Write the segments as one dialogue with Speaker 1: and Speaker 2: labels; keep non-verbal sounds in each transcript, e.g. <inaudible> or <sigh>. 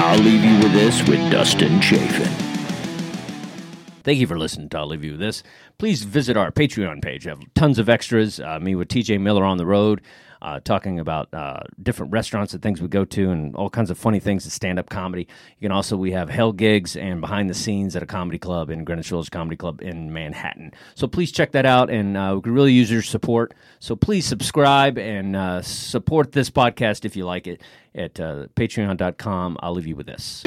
Speaker 1: I'll leave you with this with Dustin Chafin.
Speaker 2: Thank you for listening to I'll Leave You With This. Please visit our Patreon page. I have tons of extras. Uh, me with TJ Miller on the road, uh, talking about uh, different restaurants and things we go to and all kinds of funny things in stand up comedy. You can also, we have hell gigs and behind the scenes at a comedy club in Greenwich Village Comedy Club in Manhattan. So please check that out and uh, we could really use your support. So please subscribe and uh, support this podcast if you like it at uh, patreon.com. I'll leave you with this.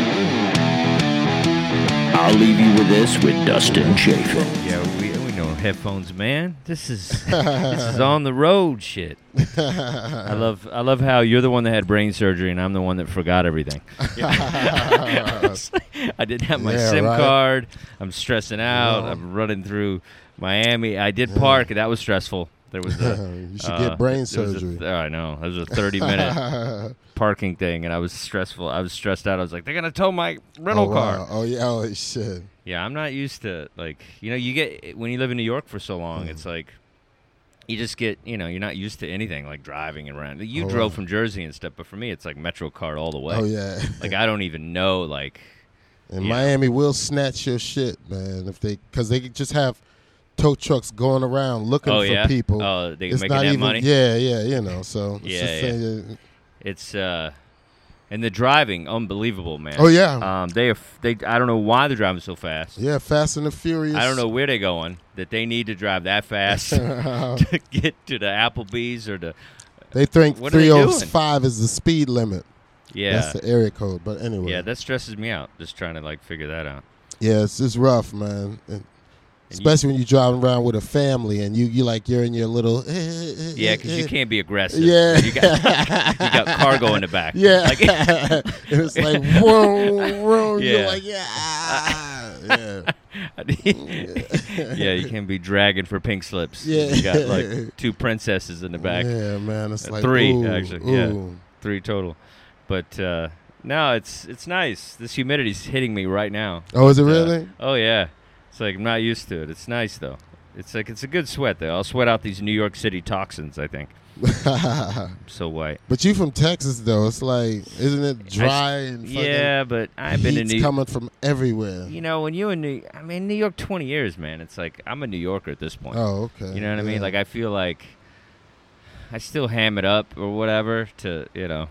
Speaker 1: I'll leave you with this with Dustin Chafin.
Speaker 2: Yeah, we, we know headphones, man. This
Speaker 3: <laughs>
Speaker 2: is this is on the road shit.
Speaker 3: <laughs>
Speaker 2: I love I love how you're the one that had brain surgery and I'm the one that forgot
Speaker 3: <laughs>
Speaker 2: everything. <laughs> I didn't have my
Speaker 3: Yeah,
Speaker 2: SIM
Speaker 3: right.
Speaker 2: card. I'm stressing out. I'm running through Miami. I did park. That was stressful. There was a,
Speaker 3: <laughs> You should get brain
Speaker 2: it was Uh, a-
Speaker 3: surgery.
Speaker 2: oh, I know. It was a 30 minute
Speaker 3: <laughs>
Speaker 2: parking thing, and I was stressful. I was stressed out. I was like, they're gonna tow my rental
Speaker 3: oh,
Speaker 2: car.
Speaker 3: wow. Oh yeah. Oh shit.
Speaker 2: Yeah, I'm not used to like you know you get when you live in New York for so long, it's
Speaker 3: Mm.
Speaker 2: like you just get you know you're not used to anything like driving around. You
Speaker 3: Oh,
Speaker 2: drove
Speaker 3: wow.
Speaker 2: from Jersey and stuff, but for me it's like Metro card all the way. <laughs>
Speaker 3: Oh yeah.
Speaker 2: Like I don't even know like
Speaker 3: And
Speaker 2: yeah.
Speaker 3: Miami will snatch your shit, man, if they because they just have tow trucks going around looking
Speaker 2: Oh,
Speaker 3: for
Speaker 2: yeah?
Speaker 3: people.
Speaker 2: Oh, they
Speaker 3: it's
Speaker 2: making
Speaker 3: not
Speaker 2: that
Speaker 3: even,
Speaker 2: money?
Speaker 3: Yeah, yeah, you know. So it's
Speaker 2: Yeah,
Speaker 3: just
Speaker 2: yeah.
Speaker 3: saying,
Speaker 2: it's uh and the driving unbelievable man.
Speaker 3: Oh, yeah.
Speaker 2: Um they are f- they I don't know why they're driving so fast.
Speaker 3: yeah, Fast and the Furious.
Speaker 2: I don't know where they're going that they need to drive that
Speaker 3: <laughs>
Speaker 2: fast <laughs> to get to the Applebee's or the
Speaker 3: They think
Speaker 2: What are they
Speaker 3: three
Speaker 2: doing?
Speaker 3: oh five is the speed limit.
Speaker 2: yeah.
Speaker 3: That's the area code. But anyway,
Speaker 2: yeah, that stresses me out just trying to like figure that out.
Speaker 3: Yeah, it's, it's rough, man. And especially when you're driving around with a family and you you like you're in your little eh,
Speaker 2: Yeah, because you can't be aggressive.
Speaker 3: Yeah.
Speaker 2: you got,
Speaker 3: <laughs>
Speaker 2: you got cargo in the back. <laughs>
Speaker 3: Yeah, <laughs>
Speaker 2: like,
Speaker 3: And it's
Speaker 2: <laughs>
Speaker 3: like whoa, whoa.
Speaker 2: Yeah.
Speaker 3: You're like
Speaker 2: <laughs>
Speaker 3: yeah, yeah.
Speaker 2: yeah, you can't be dragging for pink slips.
Speaker 3: Yeah.
Speaker 2: you got
Speaker 3: <laughs>
Speaker 2: like two princesses in the back,
Speaker 3: Yeah, man. It's like
Speaker 2: three
Speaker 3: ooh,
Speaker 2: actually. Yeah,
Speaker 3: ooh.
Speaker 2: three total. But uh, no, it's it's nice. This humidity's hitting me right now.
Speaker 3: Oh, is it
Speaker 2: Uh,
Speaker 3: really? <laughs>
Speaker 2: oh yeah, it's like I'm not used to it. It's nice though. It's like it's a good sweat though. I'll sweat out these New York City toxins. I think. I'm so white.
Speaker 3: but you from Texas though. It's like isn't it dry and fucking
Speaker 2: Yeah, but I've been in
Speaker 3: heat's
Speaker 2: New
Speaker 3: coming from everywhere.
Speaker 2: you know, when you in New, I mean, New York, twenty years, man. It's like I'm a New Yorker at this point.
Speaker 3: Oh, okay.
Speaker 2: you know what I
Speaker 3: Yeah.
Speaker 2: mean? Like I feel like I still ham it up or whatever to you know,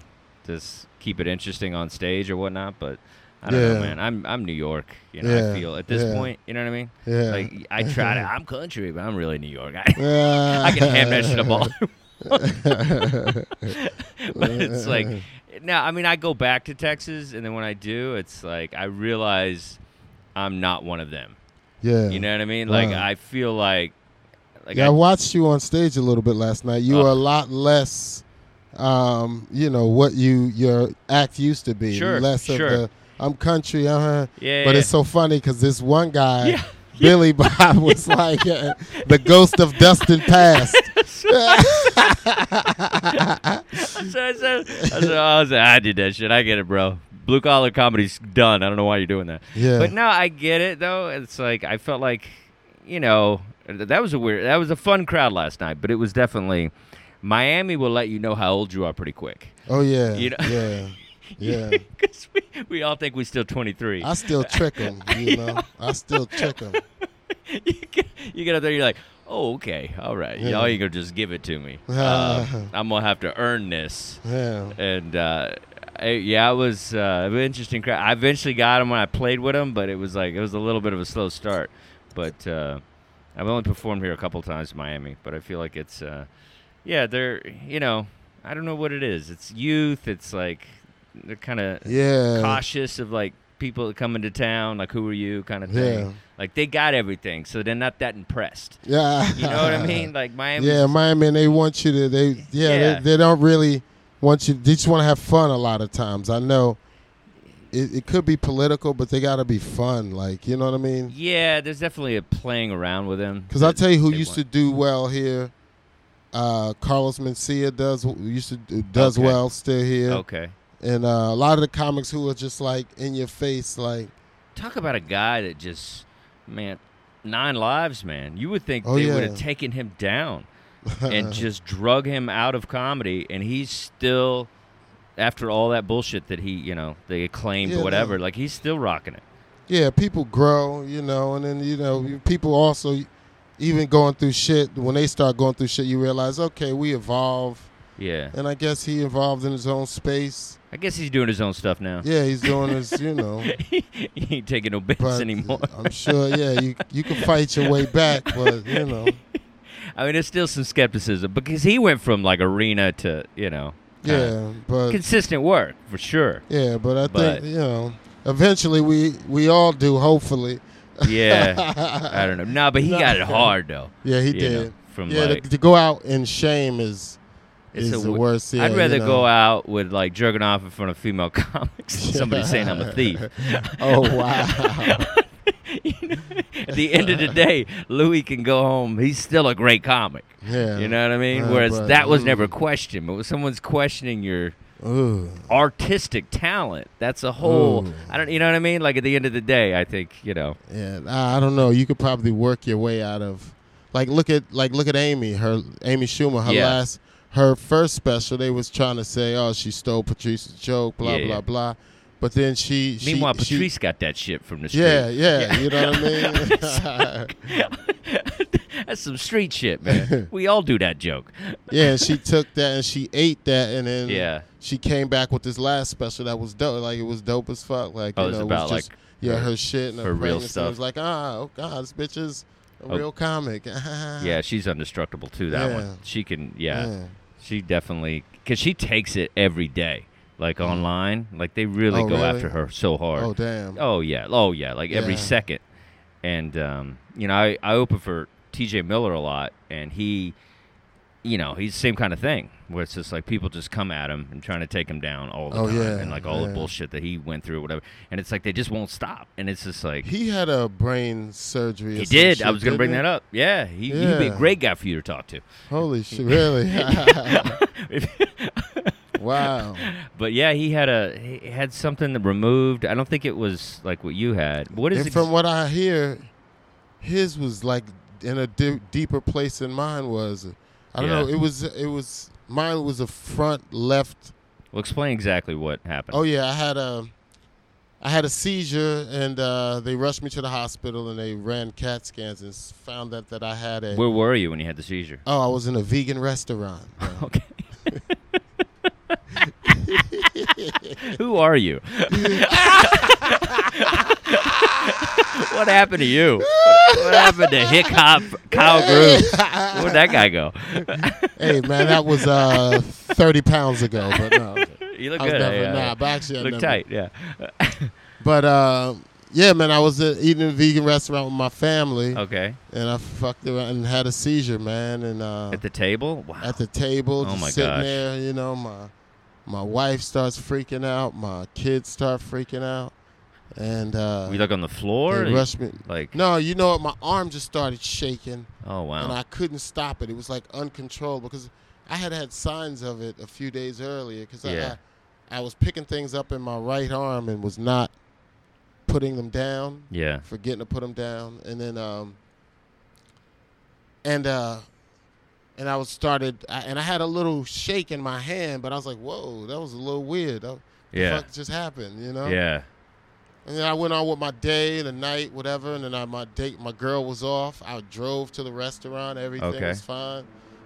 Speaker 2: just keep it interesting on stage or whatnot. But I don't know,
Speaker 3: Yeah.
Speaker 2: man. I'm I'm New York. You know, I
Speaker 3: Yeah,
Speaker 2: feel at this
Speaker 3: yeah.
Speaker 2: point. You know what I mean?
Speaker 3: Yeah.
Speaker 2: Like I try to. I'm country, but I'm really New York. <laughs> I,
Speaker 3: Yeah.
Speaker 2: I can ham that shit up
Speaker 3: <laughs>
Speaker 2: all. I want. <laughs> but it's like now. I mean, I go back to Texas, and then when I do, it's like I realize I'm not one of them.
Speaker 3: Yeah.
Speaker 2: You know what I mean? Like
Speaker 3: Wow.
Speaker 2: I feel like, like
Speaker 3: yeah, I
Speaker 2: I,
Speaker 3: watched you on stage a little bit last night. You
Speaker 2: Oh.
Speaker 3: were a lot less, um, you know, what you your act used to be.
Speaker 2: Sure,
Speaker 3: less
Speaker 2: sure.
Speaker 3: of the I'm country, uh-huh.
Speaker 2: Yeah,
Speaker 3: But
Speaker 2: yeah.
Speaker 3: it's so funny because this one guy,
Speaker 2: Yeah, <laughs>
Speaker 3: Billy Bob, <laughs> was like uh, the ghost of
Speaker 2: <laughs>
Speaker 3: Dustin Past.
Speaker 2: so <laughs> I said, I, said, oh, I, said, I did that shit. I get it, bro. Blue collar comedy's done. I don't know why you're doing that.
Speaker 3: Yeah.
Speaker 2: But no, I get it though. It's like I felt like, you know, th- that was a weird. That was a fun crowd last night, but it was definitely. Miami will let you know how old you are pretty quick.
Speaker 3: Oh yeah,
Speaker 2: <laughs> You know-
Speaker 3: yeah, yeah.
Speaker 2: <laughs> Because we, we all think we're still 23.
Speaker 3: I still trick him, you know. I still trick him.
Speaker 2: <laughs> you, get, you get up there, you're like, oh, okay, all right.
Speaker 3: Yeah.
Speaker 2: Y'all ain't going to just give it to me. Uh, I'm going to have to earn this.
Speaker 3: Yeah.
Speaker 2: And uh, I- yeah, it was uh, an interesting crowd. I eventually got him when I played with him, but it was like, it was a little bit of a slow start. But uh, I've only performed here a couple times in Miami, but I feel like it's, uh, yeah, they're, you know, I don't know what it is. It's youth, it's like, they're kind of
Speaker 3: Yeah.
Speaker 2: cautious of like people that come into town, like who are you kind of thing.
Speaker 3: Yeah.
Speaker 2: Like they got everything, so they're not that impressed.
Speaker 3: Yeah.
Speaker 2: You know what
Speaker 3: <laughs>
Speaker 2: I mean? Like Miami.
Speaker 3: yeah, Miami, and they want you to. They yeah,
Speaker 2: Yeah.
Speaker 3: They, they don't really want you. They just want to have fun a lot of times. I know. It, it could be political, but they got to be fun. Like you know what I mean?
Speaker 2: Yeah, there's definitely a playing around with them.
Speaker 3: Because I'll
Speaker 2: that
Speaker 3: tell you who
Speaker 2: they
Speaker 3: used
Speaker 2: want.
Speaker 3: to do well here. Uh, Carlos Mencia does used to do- does
Speaker 2: Okay.
Speaker 3: well still here,
Speaker 2: Okay.
Speaker 3: and uh, a lot of the comics who are just like in your face, like
Speaker 2: Talk about a guy that just, man, nine lives, man. You would think
Speaker 3: Oh,
Speaker 2: they
Speaker 3: yeah.
Speaker 2: would have taken him down
Speaker 3: <laughs>
Speaker 2: and just drug him out of comedy, and he's still, after all that bullshit that he, you know, they acclaimed
Speaker 3: Yeah,
Speaker 2: or whatever,
Speaker 3: no.
Speaker 2: like he's still rocking it.
Speaker 3: yeah, people grow, you know, and then you know people also even going through shit. When they start going through shit, you realize okay, we evolve,
Speaker 2: Yeah.
Speaker 3: and I guess he evolved in his own space.
Speaker 2: I guess he's doing his own stuff now.
Speaker 3: Yeah, he's doing his, you
Speaker 2: <laughs>
Speaker 3: know.
Speaker 2: he ain't taking no bits <laughs>
Speaker 3: But uh,
Speaker 2: anymore.
Speaker 3: I'm sure, yeah, you you can fight your way back, but
Speaker 2: <laughs>
Speaker 3: you know,
Speaker 2: I mean, there's still some skepticism because he went from like arena to, you know, kinda
Speaker 3: yeah, but
Speaker 2: consistent work for
Speaker 3: <laughs>
Speaker 2: sure.
Speaker 3: Yeah, but I
Speaker 2: But-
Speaker 3: think you know, eventually we we all do. Hopefully,
Speaker 2: Yeah. I don't know. Nah, but he
Speaker 3: No.
Speaker 2: got it hard though.
Speaker 3: yeah, he
Speaker 2: You
Speaker 3: did.
Speaker 2: know, from
Speaker 3: yeah,
Speaker 2: like
Speaker 3: to, to go out in shame is <laughs>
Speaker 2: It's
Speaker 3: is
Speaker 2: a
Speaker 3: the
Speaker 2: w-
Speaker 3: worst. Yeah,
Speaker 2: I'd rather
Speaker 3: you know.
Speaker 2: go out with like jerking off in front of female <laughs> comics than somebody saying I'm a thief.
Speaker 3: <laughs> Oh
Speaker 2: <laughs>
Speaker 3: wow!
Speaker 2: You know, At the end of the day, Louis can go home. He's still a great comic.
Speaker 3: yeah,
Speaker 2: You know what I mean?
Speaker 3: Yeah,
Speaker 2: Whereas
Speaker 3: but-
Speaker 2: that was
Speaker 3: mm.
Speaker 2: never questioned. But when someone's questioning your
Speaker 3: Ooh.
Speaker 2: artistic talent, that's a whole.
Speaker 3: Ooh.
Speaker 2: I don't. You know what I mean? Like at the end of the day, I think you know.
Speaker 3: Yeah, I I don't know. You could probably work your way out of, like, look at like look at Amy, her Amy Schumer, her
Speaker 2: Yeah.
Speaker 3: last, her first special. They was trying to say, oh, she stole Patrice's joke, blah
Speaker 2: Yeah.
Speaker 3: blah blah, but then she, she
Speaker 2: Meanwhile,
Speaker 3: she-
Speaker 2: Patrice got that shit from the street.
Speaker 3: yeah, yeah, you
Speaker 2: <laughs>
Speaker 3: know what I mean.
Speaker 2: That's some street shit, man. we all do that joke.
Speaker 3: <laughs> Yeah, and she took that and she ate that, and then
Speaker 2: Yeah.
Speaker 3: she came back with this last special that was dope. Like it was dope as fuck. Like
Speaker 2: Oh,
Speaker 3: you
Speaker 2: it's
Speaker 3: know,
Speaker 2: about,
Speaker 3: it was just,
Speaker 2: like,
Speaker 3: yeah,
Speaker 2: her-
Speaker 3: her shit and her,
Speaker 2: her real
Speaker 3: pregnancy. It was
Speaker 2: stuff.
Speaker 3: like ah, oh god, this bitch is a
Speaker 2: Oh.
Speaker 3: real comic. <laughs>
Speaker 2: Yeah, she's undestructible too. That
Speaker 3: Uh, Yeah.
Speaker 2: one, she can. Yeah,
Speaker 3: Yeah.
Speaker 2: she definitely because she takes it every day, like online. Like they really
Speaker 3: Mm. Oh,
Speaker 2: go
Speaker 3: really?
Speaker 2: after her so hard.
Speaker 3: Oh damn.
Speaker 2: Oh yeah, oh yeah, like every
Speaker 3: Yeah.
Speaker 2: second. And um, you know, I I open for T.J. Miller a lot, and he, you know, he's the same kind of thing where it's just like people just come at him and trying to take him down all the
Speaker 3: Oh,
Speaker 2: time,
Speaker 3: yeah,
Speaker 2: and like all the
Speaker 3: yeah.
Speaker 2: bullshit that he went through, whatever. And it's like they just won't stop, and it's just like.
Speaker 3: He had a brain surgery. or
Speaker 2: he
Speaker 3: some
Speaker 2: did. I
Speaker 3: shit,
Speaker 2: was going to
Speaker 3: didn't
Speaker 2: bring
Speaker 3: he?
Speaker 2: that up. Yeah, he, he'd be a
Speaker 3: Yeah.
Speaker 2: great guy for you to talk to. <laughs>
Speaker 3: Holy shit! Really? <laughs> wow.
Speaker 2: But yeah, he had a he had something that removed. I don't think it was like what you had. What is
Speaker 3: And
Speaker 2: ex-
Speaker 3: from what I hear, his was like in a di- deeper place than mine was. I don't
Speaker 2: Yeah.
Speaker 3: know. It was. It was. Mine was a front left.
Speaker 2: well, explain exactly what happened.
Speaker 3: Oh yeah, I had a. I had a seizure, and uh, they rushed me to the hospital, and they ran CAT scans and s- found out that I had a.
Speaker 2: Where were you when you had the seizure?
Speaker 3: oh, I was in a vegan
Speaker 2: <laughs>
Speaker 3: restaurant. man.
Speaker 2: Okay. Who are you? <laughs> what happened to you? What happened to Hick Hop Kyle Groove? Where'd that guy go?
Speaker 3: hey man, that was uh, thirty pounds ago, but
Speaker 2: <laughs>
Speaker 3: no,
Speaker 2: you look
Speaker 3: I was
Speaker 2: good.
Speaker 3: never.
Speaker 2: yeah,
Speaker 3: Nah, but actually, I
Speaker 2: look
Speaker 3: never-
Speaker 2: tight. Yeah.
Speaker 3: <laughs> But uh, yeah, man, I was uh, eating in a vegan restaurant with my family,
Speaker 2: Okay.
Speaker 3: and I fucked around and had a seizure, man, and uh,
Speaker 2: At the table. Wow.
Speaker 3: at the table,
Speaker 2: Oh,
Speaker 3: just
Speaker 2: my
Speaker 3: sitting
Speaker 2: gosh.
Speaker 3: there, you know, my my wife starts freaking out, my kids start freaking out, and uh,
Speaker 2: Were you like on the floor?
Speaker 3: they rushed me.
Speaker 2: Like
Speaker 3: No, you know what? My arm just started shaking,
Speaker 2: Oh wow.
Speaker 3: and I couldn't stop it. It was like uncontrollable because I had had signs of it a few days earlier because
Speaker 2: Yeah.
Speaker 3: I, I was picking things up in my right arm and was not putting them down
Speaker 2: yeah.
Speaker 3: forgetting to put them down, and then um, and uh, and I was started, I, and I had a little shake in my hand, but I was like, "Whoa, that was a little weird." That,
Speaker 2: Yeah.
Speaker 3: the fuck just happened, you know?
Speaker 2: Yeah.
Speaker 3: And then I went on with my day, the night, whatever, and then I, my date, my girl was off. I drove to the restaurant. Everything
Speaker 2: Okay.
Speaker 3: was fine.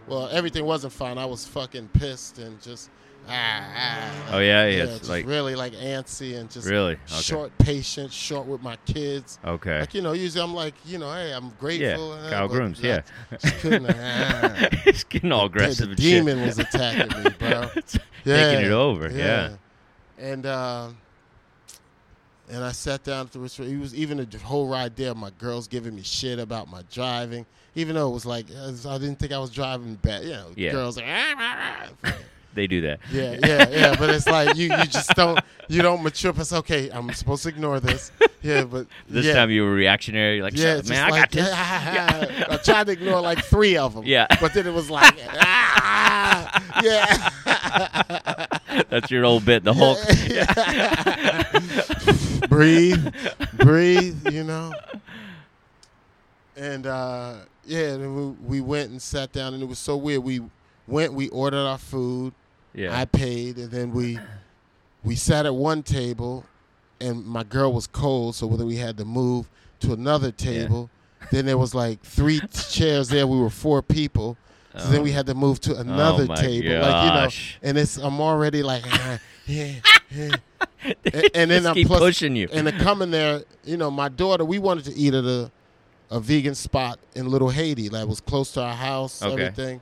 Speaker 3: Well, everything wasn't fine. I was fucking pissed and just ah, ah
Speaker 2: Oh, yeah, yeah, it's
Speaker 3: just
Speaker 2: like-
Speaker 3: really like antsy and just
Speaker 2: Really? Okay.
Speaker 3: short patience, short with my kids.
Speaker 2: Okay.
Speaker 3: Like you know, usually I'm like, you know, hey, I'm grateful.
Speaker 2: Yeah,
Speaker 3: and that,
Speaker 2: Kyle
Speaker 3: but
Speaker 2: Grooms,
Speaker 3: I
Speaker 2: yeah.
Speaker 3: just couldn't.
Speaker 2: <laughs>
Speaker 3: ah.
Speaker 2: He's getting all aggressive
Speaker 3: the
Speaker 2: and shit.
Speaker 3: demon was attacking me, bro.
Speaker 2: It's
Speaker 3: Yeah,
Speaker 2: Taking it over. Yeah.
Speaker 3: And uh, And I sat down at the restaurant. He was even the whole ride there. My girls giving me shit about my driving, even though it was like uh, I didn't think I was driving bad. You know,
Speaker 2: Yeah.
Speaker 3: girls like "Ah, ah, ah."
Speaker 2: <laughs> <laughs> They do that.
Speaker 3: yeah, yeah, yeah. But it's like you, you just don't you don't mature. It's okay. I'm supposed to ignore this. Yeah, but
Speaker 2: <laughs> This
Speaker 3: yeah.
Speaker 2: time you were reactionary. You're like,
Speaker 3: Yeah,
Speaker 2: "Shut up,
Speaker 3: it's
Speaker 2: man,
Speaker 3: just
Speaker 2: I
Speaker 3: like, "Ah,
Speaker 2: got this.
Speaker 3: I tried to ignore like three of them.
Speaker 2: <laughs> Yeah.
Speaker 3: but then it was like,
Speaker 2: <laughs>
Speaker 3: ah, yeah,
Speaker 2: That's your old bit. The <laughs>
Speaker 3: <laughs>
Speaker 2: Hulk.
Speaker 3: breathe, breathe, you know. And uh, yeah, and then we, we went and sat down, and it was so weird. We went, we ordered our food.
Speaker 2: Yeah.
Speaker 3: I paid, and then we we sat at one table, and my girl was cold, so whether we had to move to another table. Then there was
Speaker 2: <laughs>
Speaker 3: like three t- chairs there. We were four people, so then we had to move to another
Speaker 2: Oh. my
Speaker 3: table,
Speaker 2: gosh.
Speaker 3: like you know. And it's I'm already like, ah, yeah, yeah.
Speaker 2: <laughs>
Speaker 3: and, and then
Speaker 2: Just
Speaker 3: I'm
Speaker 2: keep
Speaker 3: plus-
Speaker 2: pushing you.
Speaker 3: And then coming there, you know, my daughter, we wanted to eat at a a vegan spot in Little Haiti that was close to our house,
Speaker 2: Okay.
Speaker 3: everything.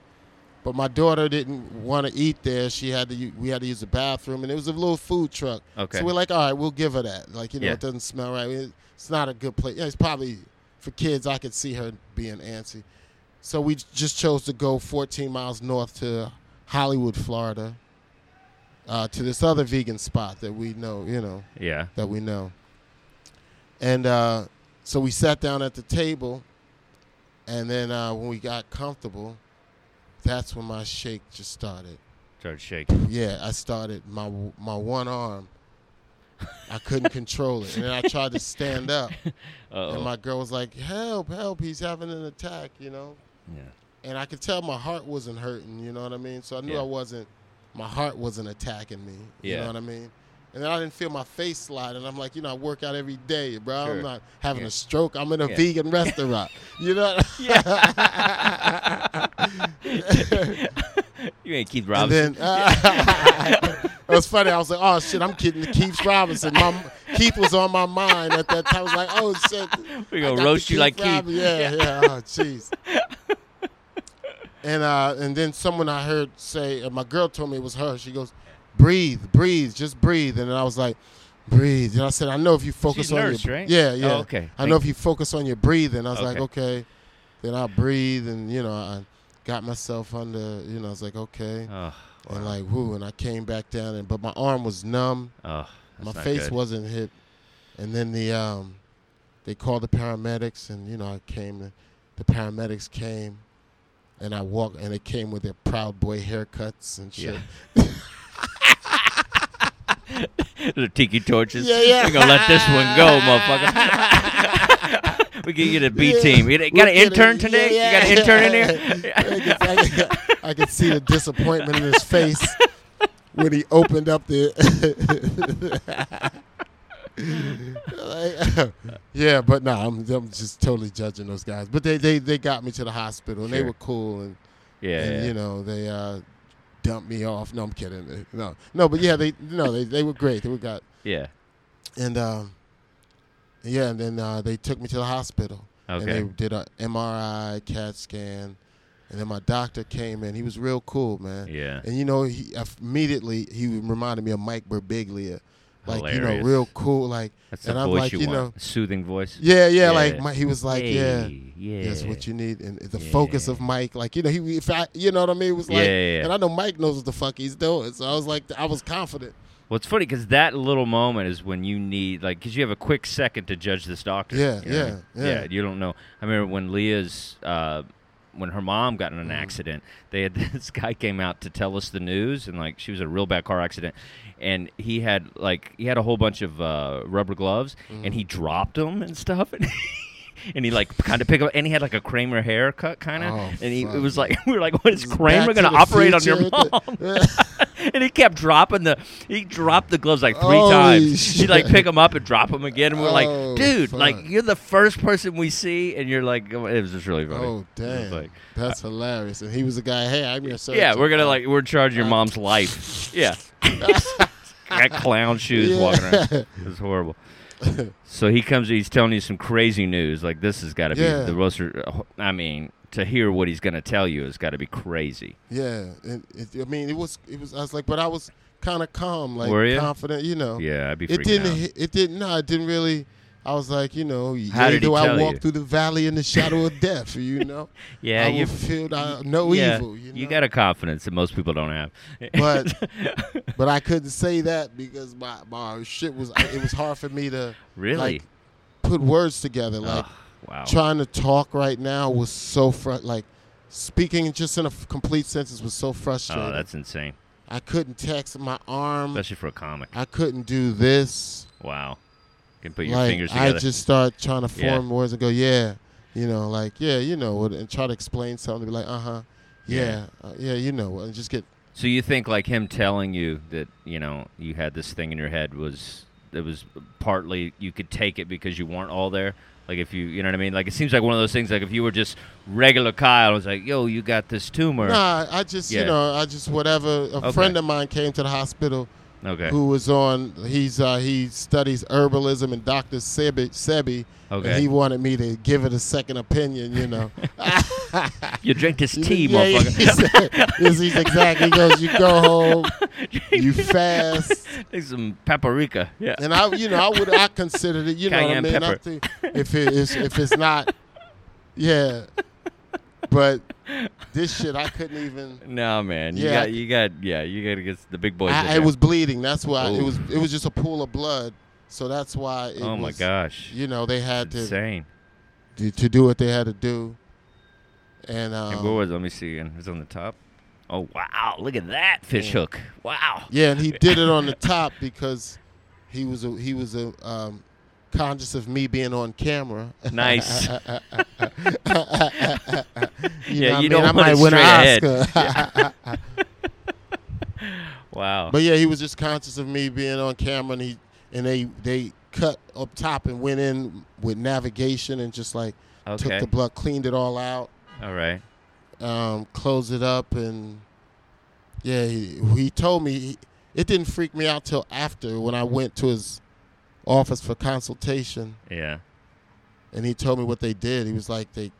Speaker 3: But my daughter didn't want to eat there. She had to. u- We had to use the bathroom, and it was a little food truck.
Speaker 2: Okay.
Speaker 3: So we're like, all right, we'll give her that. Like you know,
Speaker 2: Yeah.
Speaker 3: it doesn't smell right. It- It's not a good place. Yeah, it's probably for kids. I could see her being antsy. So we j- just chose to go 14 miles north to Hollywood, Florida, uh, to this other vegan spot that we know. You know
Speaker 2: yeah.
Speaker 3: that we know. And uh, so we sat down at the table, and then uh, when we got comfortable, that's when my shake just started.
Speaker 2: Start shake.
Speaker 3: Yeah, I started my my one arm. I couldn't control it, and then I tried to stand up, and
Speaker 2: Oh.
Speaker 3: my girl was like, "Help! Help! He's having an attack!" You know,
Speaker 2: Yeah.
Speaker 3: and I could tell my heart wasn't hurting. You know what I mean? So I knew
Speaker 2: Yeah.
Speaker 3: I wasn't. My heart wasn't attacking me. You
Speaker 2: Yeah.
Speaker 3: know what I mean? And then I didn't feel my face slide, and I'm like, you know, I work out every day, bro.
Speaker 2: Sure.
Speaker 3: I'm not having
Speaker 2: Yeah.
Speaker 3: a stroke. I'm in a
Speaker 2: Yeah.
Speaker 3: vegan restaurant. <laughs>
Speaker 2: <laughs>
Speaker 3: you know?
Speaker 2: You ain't Keith
Speaker 3: and
Speaker 2: Robinson.
Speaker 3: then <laughs> it was funny. I was like, oh shit, I'm kidding. Keith Robinson. My Keith was on my mind at that time. I was like, oh shit.
Speaker 2: We're
Speaker 3: I
Speaker 2: gonna
Speaker 3: got the
Speaker 2: roast you like Keith.
Speaker 3: Robin- Yeah, yeah.
Speaker 2: <laughs>
Speaker 3: Oh, jeez. and uh, and then someone I heard say, and my girl told me it was her. She goes, "Breathe, breathe, just breathe." And then I was like, "Breathe." And I said, "I know if you focus
Speaker 2: She's
Speaker 3: on
Speaker 2: nurse,
Speaker 3: your
Speaker 2: right?
Speaker 3: yeah, yeah.
Speaker 2: Oh, okay.
Speaker 3: I know
Speaker 2: Thank-
Speaker 3: if you focus on your breathing." I was like,
Speaker 2: Okay.
Speaker 3: "Okay." Then I breathe, and you know, I got myself under. You know, I was like, "Okay,"
Speaker 2: Oh,
Speaker 3: and like, "Whoo!" And I came back down, and but my arm was numb
Speaker 2: oh, that's
Speaker 3: my
Speaker 2: not
Speaker 3: face
Speaker 2: good.
Speaker 3: wasn't hit and then the um they called the paramedics and you know i came the paramedics came and i walked and they came with their proud boy haircuts and shit
Speaker 2: Yeah. the tiki torches.
Speaker 3: Yeah, yeah.
Speaker 2: We're gonna let this one go, motherfucker. <laughs> we can get a B
Speaker 3: Yeah.
Speaker 2: team. You got an
Speaker 3: Look at
Speaker 2: intern
Speaker 3: it.
Speaker 2: today?
Speaker 3: Yeah,
Speaker 2: You
Speaker 3: yeah.
Speaker 2: got an
Speaker 3: <laughs>
Speaker 2: intern in here?
Speaker 3: I could- I could- I could see the disappointment in his face when he opened up the. Like, <laughs> yeah, but no, I'm, I'm just totally judging those guys. But they, they, they got me to the hospital and they
Speaker 2: Sure.
Speaker 3: were cool and,
Speaker 2: Yeah,
Speaker 3: and
Speaker 2: yeah.
Speaker 3: you know they uh, dumped me off. No, I'm kidding. No, no, but yeah, they no, they, they were great. They were got
Speaker 2: yeah.
Speaker 3: and um, yeah, and then uh, they took me to the hospital.
Speaker 2: Okay.
Speaker 3: And they did a MRI, CAT scan, and then my doctor came in. He was real cool, man.
Speaker 2: Yeah.
Speaker 3: And you know, he uh, immediately he reminded me of Mike Birbiglia, like you
Speaker 2: Hilarious.
Speaker 3: know, real cool, like.
Speaker 2: That's
Speaker 3: and
Speaker 2: the
Speaker 3: I'm
Speaker 2: voice
Speaker 3: like,
Speaker 2: you,
Speaker 3: you
Speaker 2: want.
Speaker 3: know,
Speaker 2: Soothing voice.
Speaker 3: yeah, yeah,
Speaker 2: Yeah.
Speaker 3: like my, he was like, yeah,
Speaker 2: Hey, yeah.
Speaker 3: that's what you need, and the focus of Mike, like you know, he, if I, you know what I mean, it was like,
Speaker 2: Yeah, yeah, yeah.
Speaker 3: and I know Mike knows what the fuck he's doing, so I was like, I was confident.
Speaker 2: Well, it's funny because that little moment is when you need, like, because you have a quick second to judge this doctor.
Speaker 3: Yeah,
Speaker 2: you know what I
Speaker 3: yeah,
Speaker 2: mean?
Speaker 3: yeah.
Speaker 2: You don't know. I remember when Leah's, uh, when her mom got in
Speaker 3: Mm-hmm.
Speaker 2: an accident, they had <laughs> this guy came out to tell us the news, and like she was in a real bad car accident, and he had like he had a whole bunch of uh, rubber gloves, and he
Speaker 3: Mm.
Speaker 2: dropped them and stuff, and. <laughs> And he like kind of picked up, and he had like a Kramer haircut, kind of,
Speaker 3: Oh,
Speaker 2: and he it
Speaker 3: fuck.
Speaker 2: was like <laughs> we were like, "What is Kramer
Speaker 3: Back to
Speaker 2: going to
Speaker 3: the
Speaker 2: operate on your
Speaker 3: future.
Speaker 2: <laughs> mom?" <laughs> and he kept dropping the he dropped the gloves like three
Speaker 3: Holy
Speaker 2: times. He'd
Speaker 3: shit.
Speaker 2: like pick them up and drop them again, and we're like,
Speaker 3: Oh,
Speaker 2: dude,
Speaker 3: fuck.
Speaker 2: like you're the first person we see, and you're like, it was just really funny.
Speaker 3: Oh
Speaker 2: It was
Speaker 3: damn,
Speaker 2: like,
Speaker 3: that's hilarious. And he was the guy. Hey, I'm your surgeon.
Speaker 2: yeah, we're gonna like we're in charge of your mom's life. Yeah, <laughs> got clown shoes
Speaker 3: Yeah.
Speaker 2: walking around. It was horrible. so he comes, he's telling you some crazy news. Like this has got to
Speaker 3: Yeah.
Speaker 2: be the most. uh, I mean, to hear what he's gonna tell you has got to be crazy.
Speaker 3: Yeah, and it, I mean, it was it was. I was like, but I was kind of calm, like
Speaker 2: Were you?
Speaker 3: confident. You know,
Speaker 2: Yeah, I'd be
Speaker 3: it
Speaker 2: freaking
Speaker 3: didn't.
Speaker 2: out.
Speaker 3: hi- It didn't. No, it didn't really. I was like, you know,
Speaker 2: How
Speaker 3: yea,
Speaker 2: did he
Speaker 3: though I
Speaker 2: tell
Speaker 3: walk
Speaker 2: you?
Speaker 3: through the valley in the shadow
Speaker 2: <laughs>
Speaker 3: of death. You know,
Speaker 2: Yeah,
Speaker 3: I
Speaker 2: you-
Speaker 3: will feel uh, no
Speaker 2: yeah,
Speaker 3: evil. You, know?
Speaker 2: got a confidence that most people don't have. <laughs>
Speaker 3: but but I couldn't say that because my my shit was it was hard for me to
Speaker 2: Really?
Speaker 3: like, put words together like.
Speaker 2: Ugh, wow.
Speaker 3: trying to talk right now was so fr- like speaking just in a f- complete sentence was so frustrating.
Speaker 2: oh, that's insane.
Speaker 3: I couldn't text my arm.
Speaker 2: Especially for a comic.
Speaker 3: I couldn't do this.
Speaker 2: Wow. Can put your
Speaker 3: like
Speaker 2: fingers
Speaker 3: I
Speaker 2: together.
Speaker 3: just start trying to
Speaker 2: Yeah.
Speaker 3: form words and go, yeah, you know, like yeah, you know, what," and try to explain something. Be like, uh huh, yeah,
Speaker 2: Yeah.
Speaker 3: uh, yeah, you know, what," and just get
Speaker 2: so you think like him telling you that, you know, you had this thing in your head was it was partly you could take it because you weren't all there? Like if you you know what I mean? Like it seems like one of those things like if you were just regular Kyle it was like, Yo, you got this tumor.
Speaker 3: Nah, I just
Speaker 2: Yeah.
Speaker 3: you know, I just whatever. A
Speaker 2: Okay.
Speaker 3: friend of mine came to the hospital
Speaker 2: okay.
Speaker 3: who was on. He's uh, he studies herbalism and Doctor Sebi. Sebi
Speaker 2: Okay.
Speaker 3: And he wanted me to give it a second opinion. You know. <laughs>
Speaker 2: you drink this <laughs> tea,
Speaker 3: Yeah, yeah,
Speaker 2: motherfucker. <laughs>
Speaker 3: He said, this is exactly. He goes, you go home, you fast,
Speaker 2: Take some paprika. Yeah.
Speaker 3: and I, you know, I would, I considered it. You know what I
Speaker 2: Cayenne
Speaker 3: mean? I
Speaker 2: pepper.
Speaker 3: think if it is, if it's not, yeah. But this shit, I couldn't even.
Speaker 2: No man,
Speaker 3: Yeah.
Speaker 2: you got you got yeah, you gotta get the big boys. in
Speaker 3: I,
Speaker 2: there.
Speaker 3: it was bleeding. That's why it
Speaker 2: Ooh.
Speaker 3: was. It was just a pool of blood. So that's why. It
Speaker 2: Oh my
Speaker 3: was-
Speaker 2: gosh.
Speaker 3: You know they had to,
Speaker 2: Insane.
Speaker 3: to to do what they had to do, and
Speaker 2: And where
Speaker 3: um,
Speaker 2: was? Let me see again. It was on the top. Oh wow! Look at that fish hook. Wow.
Speaker 3: yeah, and he did it on the top because he was a, he was a um, conscious of me being on camera. <laughs>
Speaker 2: Nice. <laughs>
Speaker 3: You
Speaker 2: Yeah, you
Speaker 3: know what I mean?
Speaker 2: don't
Speaker 3: I might
Speaker 2: wanna
Speaker 3: win an
Speaker 2: stray <laughs>
Speaker 3: Oscar.
Speaker 2: wow.
Speaker 3: <laughs> but yeah, he was just conscious of me being on camera, and he and they they cut up top and went in with navigation and just like
Speaker 2: Okay.
Speaker 3: took the blood, cleaned it all out.
Speaker 2: All right.
Speaker 3: um, close it up, and yeah, he, he told me he, it didn't freak me out till after when I went to his office for consultation,
Speaker 2: Yeah.
Speaker 3: and he told me what they did. He was like they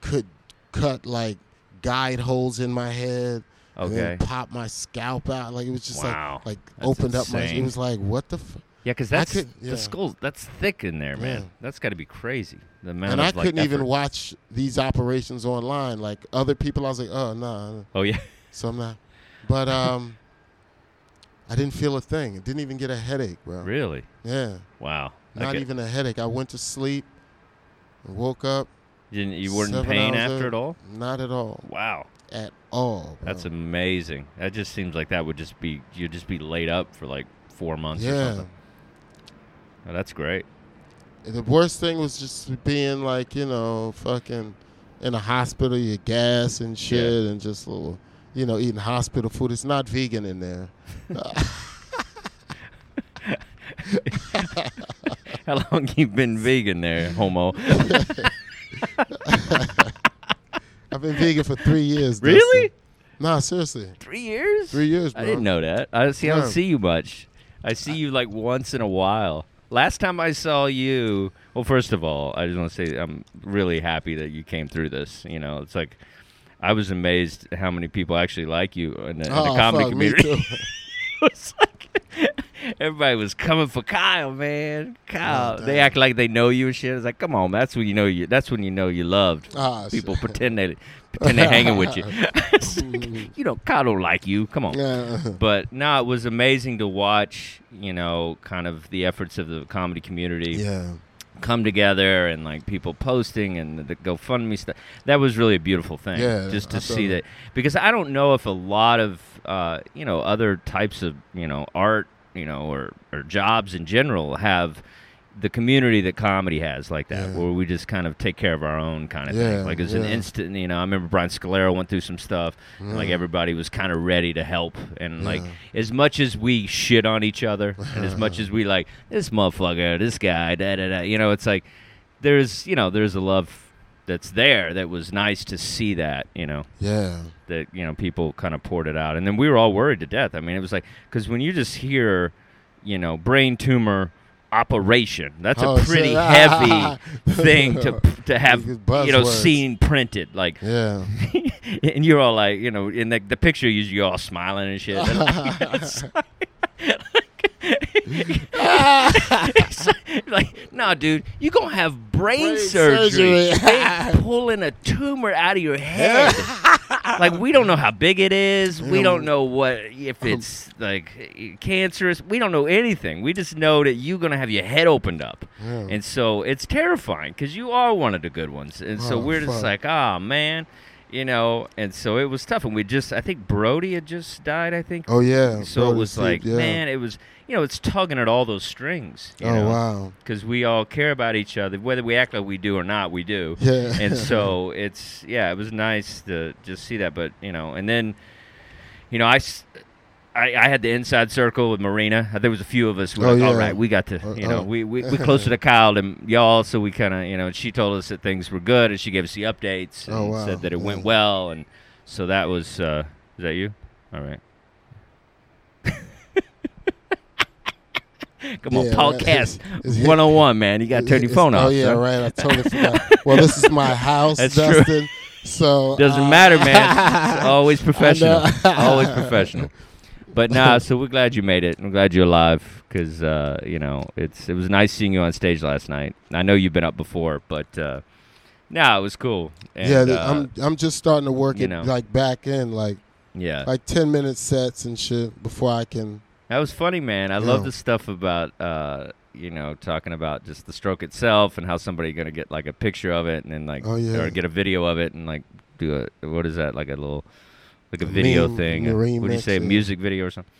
Speaker 3: could cut like guide holes in my head. And then
Speaker 2: Okay.
Speaker 3: pop my scalp out like it was just
Speaker 2: Wow.
Speaker 3: like like
Speaker 2: That's
Speaker 3: opened up my. It
Speaker 2: insane.
Speaker 3: was like what the. F-?
Speaker 2: Yeah, because
Speaker 3: I
Speaker 2: that's
Speaker 3: could- yeah.
Speaker 2: the skull. That's thick in there, man.
Speaker 3: Yeah.
Speaker 2: That's got to be crazy. The amount
Speaker 3: And
Speaker 2: of
Speaker 3: I
Speaker 2: like,
Speaker 3: couldn't even
Speaker 2: effort.
Speaker 3: watch these operations online. Like other people, I was like, oh no, nah,
Speaker 2: Oh yeah. <laughs>
Speaker 3: so I'm not. But um, I didn't feel a thing. It didn't even get a headache, bro.
Speaker 2: Really?
Speaker 3: Yeah,
Speaker 2: Wow.
Speaker 3: not
Speaker 2: Okay.
Speaker 3: even a headache. I went to sleep, and woke up.
Speaker 2: You, didn't- you weren't in
Speaker 3: seven
Speaker 2: pain
Speaker 3: hours
Speaker 2: after
Speaker 3: later.
Speaker 2: it all?
Speaker 3: Not at all.
Speaker 2: Wow.
Speaker 3: At all. Bro.
Speaker 2: That's amazing. That just seems like that would just be you'd just be laid up for like four months or
Speaker 3: yeah.
Speaker 2: something. Oh, that's great. <laughs>
Speaker 3: The worst thing was just being like you know fucking in a hospital, your gas and shit, and just little you know eating hospital food. It's not vegan
Speaker 2: <laughs>
Speaker 3: in there.
Speaker 2: How long you been vegan there,
Speaker 3: <laughs>
Speaker 2: homo?
Speaker 3: I've been vegan for three years. Dustin.
Speaker 2: Really?
Speaker 3: Nah, seriously.
Speaker 2: Three years?
Speaker 3: Three years,
Speaker 2: I
Speaker 3: bro.
Speaker 2: didn't know that. I see. I
Speaker 3: No.
Speaker 2: don't see you much. I see you like once in a while. Last time I saw you, well, first of all, I just want to say I'm really happy that you came through this. You know, it's like I was amazed how many people actually like you in the, in the
Speaker 3: Oh,
Speaker 2: comedy
Speaker 3: fuck, me
Speaker 2: community. <laughs>
Speaker 3: too.
Speaker 2: It was like- everybody was coming for Kyle, man. Kyle,
Speaker 3: Oh,
Speaker 2: they
Speaker 3: damn.
Speaker 2: act like they know you and shit. It's like, come on, that's when you know you. That's when you know you loved.
Speaker 3: Ah,
Speaker 2: People
Speaker 3: shit.
Speaker 2: pretend they pretend they're hanging with you. <laughs> It's like, you don't Kyle don't like you. Come on.
Speaker 3: <laughs> Yeah.
Speaker 2: But no, it was amazing to watch. You know, kind of the efforts of the comedy community
Speaker 3: Yeah.
Speaker 2: come together and like people posting and the GoFundMe stuff. That was really a beautiful thing.
Speaker 3: Yeah,
Speaker 2: just
Speaker 3: I
Speaker 2: to
Speaker 3: thought-
Speaker 2: see that because I don't know if a lot of uh, you know other types of you know art you know or or jobs in general have the community that comedy has like that
Speaker 3: Yeah.
Speaker 2: where we just kind of take care of our own kind of
Speaker 3: Yeah,
Speaker 2: thing like it's an
Speaker 3: yeah.
Speaker 2: instant you know i remember brian scalero went through some stuff and like everybody was kind of ready to help and like
Speaker 3: Yeah.
Speaker 2: as much as we shit on each other and as
Speaker 3: <laughs>
Speaker 2: much as we like this motherfucker, this guy, da da da, you know, it's like there's you know there's a love that's there that was nice to see that you know
Speaker 3: Yeah.
Speaker 2: that you know people kind of poured it out and then we were all worried to death i mean it was like because when you just hear you know brain tumor operation. That's
Speaker 3: Oh,
Speaker 2: a
Speaker 3: shit.
Speaker 2: pretty
Speaker 3: <laughs>
Speaker 2: heavy thing to to have
Speaker 3: These
Speaker 2: you know
Speaker 3: buzzwords.
Speaker 2: seen printed like
Speaker 3: Yeah.
Speaker 2: <laughs> and you're all like, you know, in the, the picture you you all smiling and
Speaker 3: <laughs>
Speaker 2: shit. And like, <laughs> it's like, it's like, nah, dude, you gonna have brain,
Speaker 3: Brain
Speaker 2: surgery.
Speaker 3: surgery.
Speaker 2: They pulling a tumor out of your head. like we don't know how big it is.
Speaker 3: Mm.
Speaker 2: We don't know what if it's like cancerous. We don't know anything. We just know that you're gonna have your head opened up, and so it's terrifying because you are one of the good ones. And so
Speaker 3: Oh,
Speaker 2: we're just
Speaker 3: fuck.
Speaker 2: like, ah, man, you know. And so it was tough. And we just, I think Brody had just died. I think.
Speaker 3: Oh yeah.
Speaker 2: <laughs> so
Speaker 3: Brody
Speaker 2: it was
Speaker 3: Seep,
Speaker 2: like,
Speaker 3: yeah.
Speaker 2: man, it was, you know, it's tugging at all those strings. You
Speaker 3: oh
Speaker 2: know?
Speaker 3: wow.
Speaker 2: because we all care about each other, whether we act like we do or not, we do.
Speaker 3: <laughs> Yeah.
Speaker 2: And so it's yeah, it was nice to just see that, but you know, and then, you know, I. s- I- I had the inside circle with Marina. Uh, There was a few of us. We were
Speaker 3: Oh,
Speaker 2: like, all
Speaker 3: yeah.
Speaker 2: right, we got to,
Speaker 3: Uh,
Speaker 2: you know,
Speaker 3: oh.
Speaker 2: we, we,
Speaker 3: <laughs>
Speaker 2: we closer to Kyle than y'all. So we kind of, you know, she told us that things were good and she gave us the updates and
Speaker 3: Oh, wow.
Speaker 2: said that it went
Speaker 3: Yeah.
Speaker 2: well. And so that was, uh, is that you? All right. Come on,
Speaker 3: Yeah,
Speaker 2: Paul
Speaker 3: right.
Speaker 2: Cast,
Speaker 3: It's- <laughs>
Speaker 2: 101, man. You got to turn your
Speaker 3: It's-
Speaker 2: phone off.
Speaker 3: Oh yeah,
Speaker 2: son.
Speaker 3: right.
Speaker 2: <laughs>
Speaker 3: I totally forgot. Well, this is my house,
Speaker 2: That's true.
Speaker 3: Dustin. So
Speaker 2: Doesn't
Speaker 3: uh,
Speaker 2: matter,
Speaker 3: <laughs>
Speaker 2: man. oh, It's always professional.
Speaker 3: know.
Speaker 2: always professional. But
Speaker 3: <laughs>
Speaker 2: nah, so we're glad you made it. I'm glad you're alive because uh, you know it's it was nice seeing you on stage last night. I know you've been up before, but uh, nah, it was cool. And,
Speaker 3: yeah,
Speaker 2: uh,
Speaker 3: I'm I'm just starting to work
Speaker 2: you
Speaker 3: it
Speaker 2: know.
Speaker 3: like back in, like
Speaker 2: yeah.
Speaker 3: like ten minute sets and shit before I can.
Speaker 2: That was funny, man. I love
Speaker 3: Yeah.
Speaker 2: the stuff about uh, you know talking about just the stroke itself and how somebody gonna get like a picture of it and then like
Speaker 3: Oh, yeah.
Speaker 2: or get a video of it and like do a what is that like a little like a video
Speaker 3: meme-
Speaker 2: thing?
Speaker 3: a
Speaker 2: Would you
Speaker 3: remix,
Speaker 2: say a
Speaker 3: yeah.
Speaker 2: music video or something?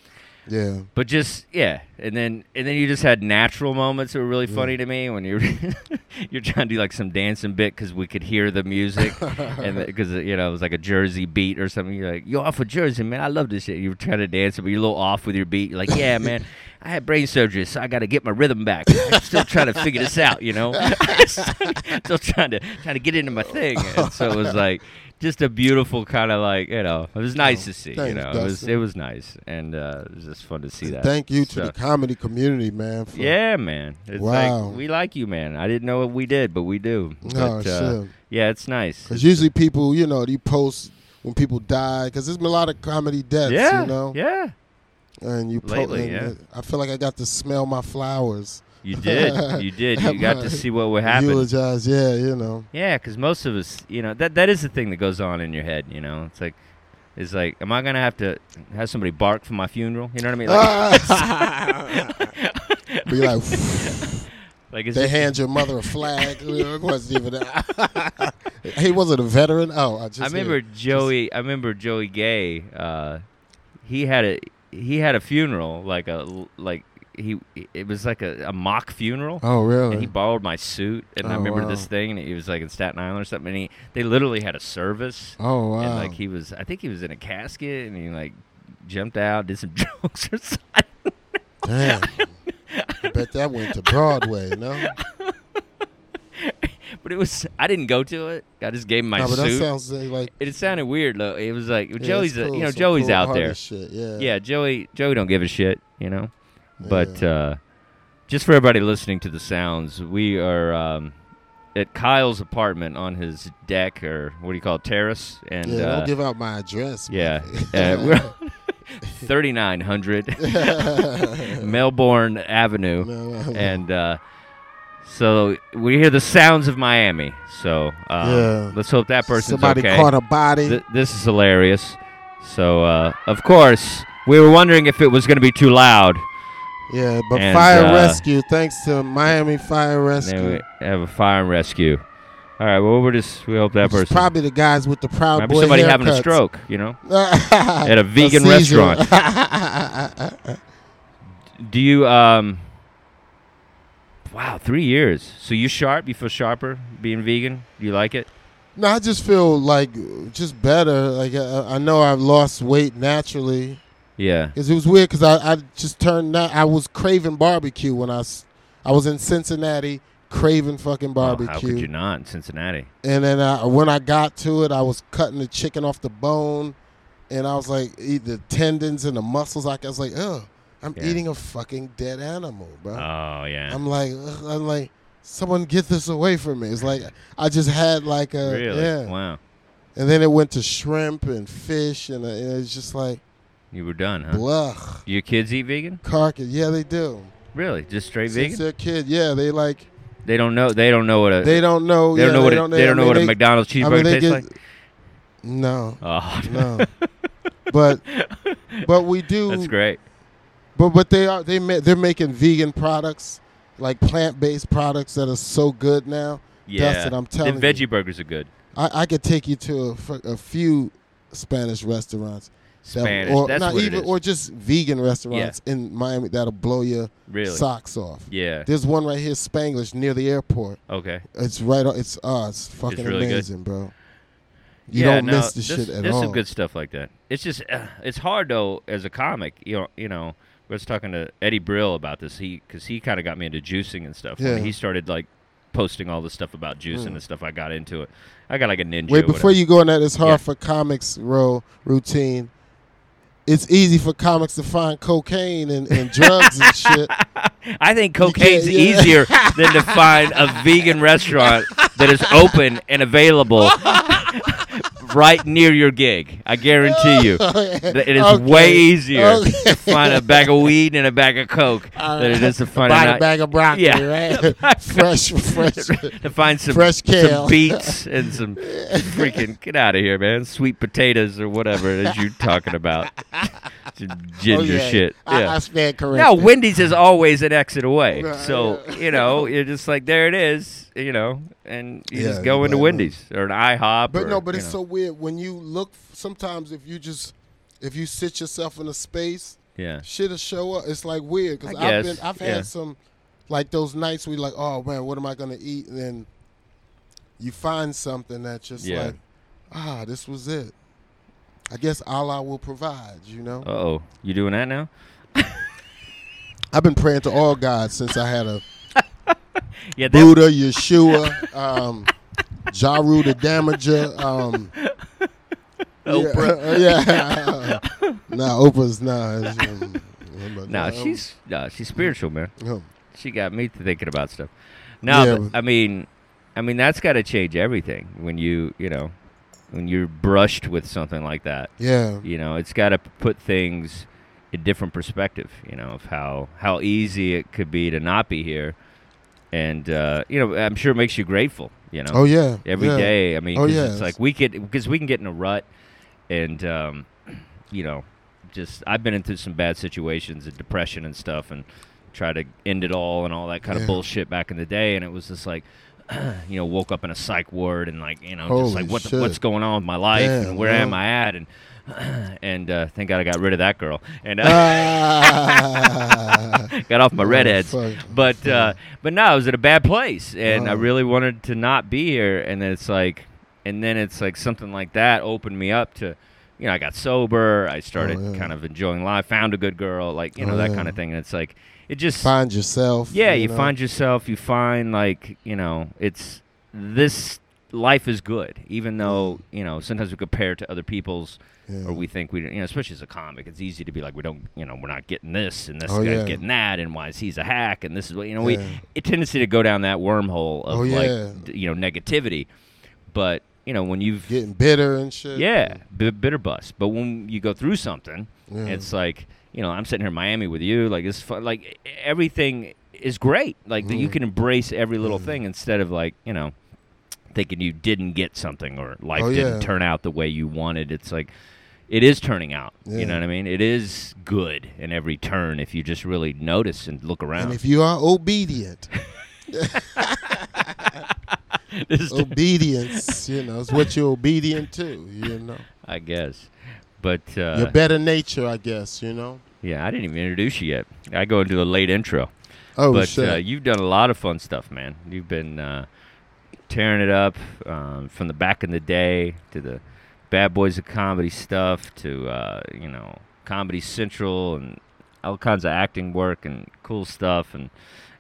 Speaker 3: Yeah,
Speaker 2: But just yeah, and then and then you just had natural moments that were really funny to me when you're <laughs> you're trying to do like some dancing bit because we could hear the
Speaker 3: <laughs>
Speaker 2: music and because you know it was like a Jersey beat or something. You're like, you're off of Jersey, man. I love this shit. You were trying to dance, but you're a little off with your beat. You're like, yeah, man. I had brain surgery, so I got to get my rhythm back. I'm still trying to figure this out, you
Speaker 3: <laughs>
Speaker 2: know. <laughs> still trying to trying to get into my thing. And so it was like just a beautiful kind of like you know it was nice to see. you
Speaker 3: thanks,
Speaker 2: know, it was
Speaker 3: Dustin.
Speaker 2: it was nice, and uh, it was just fun to see that.
Speaker 3: thank you to
Speaker 2: So-
Speaker 3: the comedy community, man. For,
Speaker 2: yeah, man. It's
Speaker 3: Wow.
Speaker 2: like we like you, man. I didn't know what we did, but we do.
Speaker 3: No,
Speaker 2: but, uh,
Speaker 3: shit.
Speaker 2: Yeah, it's nice.
Speaker 3: because usually people, you know, you post when people die because there's been a lot of comedy deaths,
Speaker 2: yeah,
Speaker 3: you know.
Speaker 2: yeah.
Speaker 3: And you po-
Speaker 2: Lately,
Speaker 3: and,
Speaker 2: yeah.
Speaker 3: uh, I feel like I got to smell my flowers.
Speaker 2: You did.
Speaker 3: <laughs>
Speaker 2: You did. You got to see what would happen.
Speaker 3: Eulogize, yeah, you know.
Speaker 2: Yeah, because most of us, you know, that that is the thing that goes on in your head. You know, it's like, it's like, am I gonna have to have somebody bark for my funeral? You know what I mean?
Speaker 3: Ah,
Speaker 2: Like, <laughs>
Speaker 3: Be Ah! like,
Speaker 2: like is
Speaker 3: they
Speaker 2: it-
Speaker 3: hand your mother a flag.
Speaker 2: <laughs>
Speaker 3: it wasn't even. <laughs> he wasn't a veteran. Oh, I just.
Speaker 2: I remember
Speaker 3: hear-
Speaker 2: Joey. I remember Joey Gay. Uh, he had a he had a funeral like a l- like he it was like a, a mock funeral.
Speaker 3: Oh, really?
Speaker 2: And he borrowed my suit, and I
Speaker 3: Oh,
Speaker 2: remember
Speaker 3: wow.
Speaker 2: this thing, and he was like in Staten Island or something. And he they literally had a service.
Speaker 3: oh wow.
Speaker 2: And like he was, I think he was in a casket, and he like jumped out, did some <laughs> jokes or something.
Speaker 3: Damn.
Speaker 2: <laughs>
Speaker 3: I bet that went to Broadway. No.
Speaker 2: But it was I didn't go to it. I just gave him my
Speaker 3: no, but that
Speaker 2: suit.
Speaker 3: sounds like.
Speaker 2: it sounded weird though. It was like
Speaker 3: yeah,
Speaker 2: Joey's,
Speaker 3: it's
Speaker 2: a,
Speaker 3: cool,
Speaker 2: you know,
Speaker 3: some
Speaker 2: Joey's out
Speaker 3: cool-hearted
Speaker 2: there.
Speaker 3: Shit, yeah.
Speaker 2: yeah, Joey Joey don't give a shit, you know. But uh, just for everybody listening to the sounds, we are um, at Kyle's apartment on his deck or what do you call it, terrace, and
Speaker 3: Yeah,
Speaker 2: uh,
Speaker 3: don't give out my address. <laughs>
Speaker 2: yeah, uh, we're <laughs> thirty nine hundred <laughs>
Speaker 3: <laughs>
Speaker 2: Melbourne Avenue, and uh, so we hear the sounds of Miami. So uh,
Speaker 3: Yeah.
Speaker 2: let's hope that person's
Speaker 3: Somebody
Speaker 2: okay.
Speaker 3: caught a body.
Speaker 2: Th- this is hilarious. So, uh, of course, we were wondering if it was going to be too loud.
Speaker 3: yeah, but
Speaker 2: and,
Speaker 3: fire
Speaker 2: uh,
Speaker 3: rescue. Thanks to Miami Fire Rescue.
Speaker 2: Then we have a fire and rescue. All right. Well, we're just we hope that
Speaker 3: It's
Speaker 2: person.
Speaker 3: probably the guys with the proud
Speaker 2: Maybe
Speaker 3: boy
Speaker 2: somebody having a
Speaker 3: haircuts. <laughs>
Speaker 2: stroke. You know,
Speaker 3: at
Speaker 2: at a vegan restaurant. Do you? Um. Wow, three years. So you sharp? You feel sharper being vegan? Do you like it?
Speaker 3: <laughs> no, I just feel like just better. Like I, I know I've lost weight naturally.
Speaker 2: Yeah.
Speaker 3: Cause it was weird because I, I just turned out I was craving barbecue when I, s- I was in Cincinnati craving fucking
Speaker 2: Oh,
Speaker 3: barbecue.
Speaker 2: how could you not in Cincinnati?
Speaker 3: And then I, when I got to it, I was cutting the chicken off the bone, and I was like, eat the tendons and the muscles. Like I was like, oh, I'm
Speaker 2: Yeah.
Speaker 3: eating a fucking dead animal, bro.
Speaker 2: Oh yeah.
Speaker 3: Uh, I'm like, ugh, I'm like, someone get this away from me. It's like I just had like a
Speaker 2: really?
Speaker 3: yeah,
Speaker 2: Wow.
Speaker 3: and then it went to shrimp and fish, and, uh, and it's just like,
Speaker 2: You were done, huh?
Speaker 3: blah,
Speaker 2: Do your kids eat vegan?
Speaker 3: carcass. Yeah, they do.
Speaker 2: Really? Just straight
Speaker 3: Since
Speaker 2: vegan?
Speaker 3: they're kid, yeah, they like
Speaker 2: They don't know. They don't know what a.
Speaker 3: they don't know.
Speaker 2: They don't
Speaker 3: Oh, yeah,
Speaker 2: know what
Speaker 3: they
Speaker 2: a,
Speaker 3: don't,
Speaker 2: they don't know
Speaker 3: I
Speaker 2: what a
Speaker 3: mean, they-
Speaker 2: McDonald's
Speaker 3: I
Speaker 2: cheeseburger
Speaker 3: mean, they
Speaker 2: tastes
Speaker 3: get-
Speaker 2: like.
Speaker 3: No,
Speaker 2: Oh, <laughs>
Speaker 3: no, but but we do.
Speaker 2: <laughs> that's great.
Speaker 3: But but they are they ma- they're making vegan products like plant based products that are so good now.
Speaker 2: Yeah,
Speaker 3: Dustin, I'm
Speaker 2: The
Speaker 3: telling you.
Speaker 2: veggie burgers are good.
Speaker 3: I, I could take you to a, f- a few Spanish restaurants. that-
Speaker 2: Spanish.
Speaker 3: or
Speaker 2: that's
Speaker 3: not
Speaker 2: what
Speaker 3: even,
Speaker 2: it is.
Speaker 3: or just vegan restaurants in Miami that'll blow your
Speaker 2: Really?
Speaker 3: socks off.
Speaker 2: yeah.
Speaker 3: There's one right here, Spanglish, near the airport.
Speaker 2: Okay.
Speaker 3: It's right. o- It's uh, it's fucking
Speaker 2: really good.
Speaker 3: amazing, bro. You
Speaker 2: yeah,
Speaker 3: don't
Speaker 2: no,
Speaker 3: miss the
Speaker 2: this-
Speaker 3: shit at
Speaker 2: There's
Speaker 3: all.
Speaker 2: some good stuff like that. It's just uh, it's hard though as a comic. You know, you know, I was talking to Eddie Brill about this. He because he kind of got me into juicing and stuff. When
Speaker 3: Yeah. Hmm.
Speaker 2: he started like posting all this stuff about juicing and stuff. I got into it. I got like a ninja.
Speaker 3: Wait,
Speaker 2: or
Speaker 3: before
Speaker 2: whatever.
Speaker 3: you go on that, it's hard
Speaker 2: Yeah.
Speaker 3: for comics role routine. It's easy for comics to find cocaine and, and
Speaker 2: <laughs>
Speaker 3: drugs and shit.
Speaker 2: I think cocaine's
Speaker 3: yeah. <laughs>
Speaker 2: easier than to find a vegan restaurant that is open and
Speaker 3: <laughs>
Speaker 2: available right near your gig. I guarantee you. that It is
Speaker 3: Oh, Okay.
Speaker 2: way easier
Speaker 3: Okay.
Speaker 2: to find a bag of weed and a bag of
Speaker 3: <laughs>
Speaker 2: coke than it is to find
Speaker 3: Buy
Speaker 2: a
Speaker 3: a bag of
Speaker 2: <laughs>
Speaker 3: broccoli,
Speaker 2: Yeah.
Speaker 3: right?
Speaker 2: <laughs>
Speaker 3: fresh, fresh.
Speaker 2: to find some,
Speaker 3: fresh kale. <laughs>
Speaker 2: some beets and some freaking get out of here, man. Sweet potatoes or whatever it is you're talking
Speaker 3: <laughs>
Speaker 2: about. Some ginger shit.
Speaker 3: Oh, I,
Speaker 2: yeah.
Speaker 3: I stand corrected.
Speaker 2: No, Wendy's is always an exit away.
Speaker 3: Right,
Speaker 2: so
Speaker 3: yeah.
Speaker 2: you know, you're just like there it is, you know, and you
Speaker 3: Yeah,
Speaker 2: just go into
Speaker 3: but-
Speaker 2: Wendy's or an IHOP.
Speaker 3: But
Speaker 2: or,
Speaker 3: no, but
Speaker 2: you
Speaker 3: it's
Speaker 2: know.
Speaker 3: so weird when you look. Sometimes if you just if you sit yourself in a space,
Speaker 2: yeah.
Speaker 3: shit'll show up. It's like weird because
Speaker 2: I
Speaker 3: I've
Speaker 2: guess,
Speaker 3: been I've
Speaker 2: yeah.
Speaker 3: had some like those nights we like, oh man, what am I gonna eat? And then you find something that's just
Speaker 2: Yeah.
Speaker 3: like, ah, this was it. I guess Allah will provide. You know,
Speaker 2: Uh oh, you doing that now?
Speaker 3: I've been praying to all gods since I had a
Speaker 2: Yeah, that, <laughs>
Speaker 3: Buddha, Yeshua, um, Jaru the Damager.
Speaker 2: <laughs>
Speaker 3: Um, Oprah. Yeah. <laughs> nah, Oprah's
Speaker 2: <laughs>
Speaker 3: nah. it's, um, but,
Speaker 2: no,
Speaker 3: um,
Speaker 2: she's no, she's spiritual, man.
Speaker 3: um,
Speaker 2: She got me to thinking about stuff. No,
Speaker 3: Yeah,
Speaker 2: but-
Speaker 3: but-
Speaker 2: I mean, I mean that's got to change everything when you you know when you're brushed with something like that.
Speaker 3: Yeah.
Speaker 2: you know it's got to put things in different perspective you know of how how easy it could be to not be here and uh, you know i'm sure it makes you grateful you know
Speaker 3: Oh yeah.
Speaker 2: every day.
Speaker 3: yeah.
Speaker 2: i mean
Speaker 3: Oh,
Speaker 2: 'cause
Speaker 3: yeah.
Speaker 2: it's like we could because we can get in a rut and um, <clears throat> you know just i've been into some bad situations and depression and stuff and try to end it all and all that kind
Speaker 3: Yeah.
Speaker 2: of bullshit back in the day and it was just like <clears throat> you know woke up in a psych ward and like you know
Speaker 3: Holy
Speaker 2: just like what the,
Speaker 3: shit.
Speaker 2: what's going on with my life
Speaker 3: Damn,
Speaker 2: and where am
Speaker 3: man.
Speaker 2: i at and <clears throat> and uh, thank god i got rid of that girl and
Speaker 3: <laughs>
Speaker 2: uh,
Speaker 3: Ah.
Speaker 2: <laughs> got off my
Speaker 3: Oh,
Speaker 2: redheads.
Speaker 3: fuck.
Speaker 2: But uh, but no, I was in a bad place, and I
Speaker 3: Wow.
Speaker 2: really wanted to not be here. And then it's like, and then it's like something like that opened me up to, you know, I got sober. I started
Speaker 3: Oh, yeah.
Speaker 2: kind of enjoying life. Found a good girl, like you know
Speaker 3: Oh,
Speaker 2: that
Speaker 3: yeah.
Speaker 2: kind of thing. And it's like it just
Speaker 3: <laughs> find yourself.
Speaker 2: yeah, you,
Speaker 3: know?
Speaker 2: find yourself. You find like you know, it's this life is good, even though you know sometimes we compare it to other people's,
Speaker 3: Yeah.
Speaker 2: or we think we you know, especially as a comic, it's easy to be like we don't you know we're not getting this and this
Speaker 3: Oh,
Speaker 2: guy's
Speaker 3: yeah.
Speaker 2: getting that and why is he's a hack and this is what you know
Speaker 3: Yeah.
Speaker 2: we a tendency to go down that wormhole of
Speaker 3: Oh, yeah.
Speaker 2: like d- you know negativity, but you know when you've
Speaker 3: getting bitter and shit.
Speaker 2: yeah, b- bitter bust. But when you go through something,
Speaker 3: Yeah.
Speaker 2: it's like you know I'm sitting here in Miami with you. Like it's fun. Like e- everything is great. Like that you
Speaker 3: Mm-hmm.
Speaker 2: can embrace every little thing instead of like you know thinking you didn't get something or life
Speaker 3: Oh,
Speaker 2: didn't
Speaker 3: yeah.
Speaker 2: turn out the way you wanted. It's like it is turning out.
Speaker 3: Yeah.
Speaker 2: You know what I mean? It is good in every turn if you just really notice and look
Speaker 3: And
Speaker 2: around. <laughs>
Speaker 3: if you are obedient, Oh.
Speaker 2: This-
Speaker 3: obedience, you know, is what you're obedient to. You know,
Speaker 2: I guess. But uh,
Speaker 3: your better nature, I guess. You know.
Speaker 2: yeah, I didn't even introduce you yet. I go into a late intro.
Speaker 3: Oh
Speaker 2: but
Speaker 3: shit.
Speaker 2: uh, you've done a lot of fun stuff, man. You've been uh, tearing it up um, from the back in the day to the Bad Boys of Comedy stuff to uh, you know Comedy Central and all kinds of acting work and cool stuff and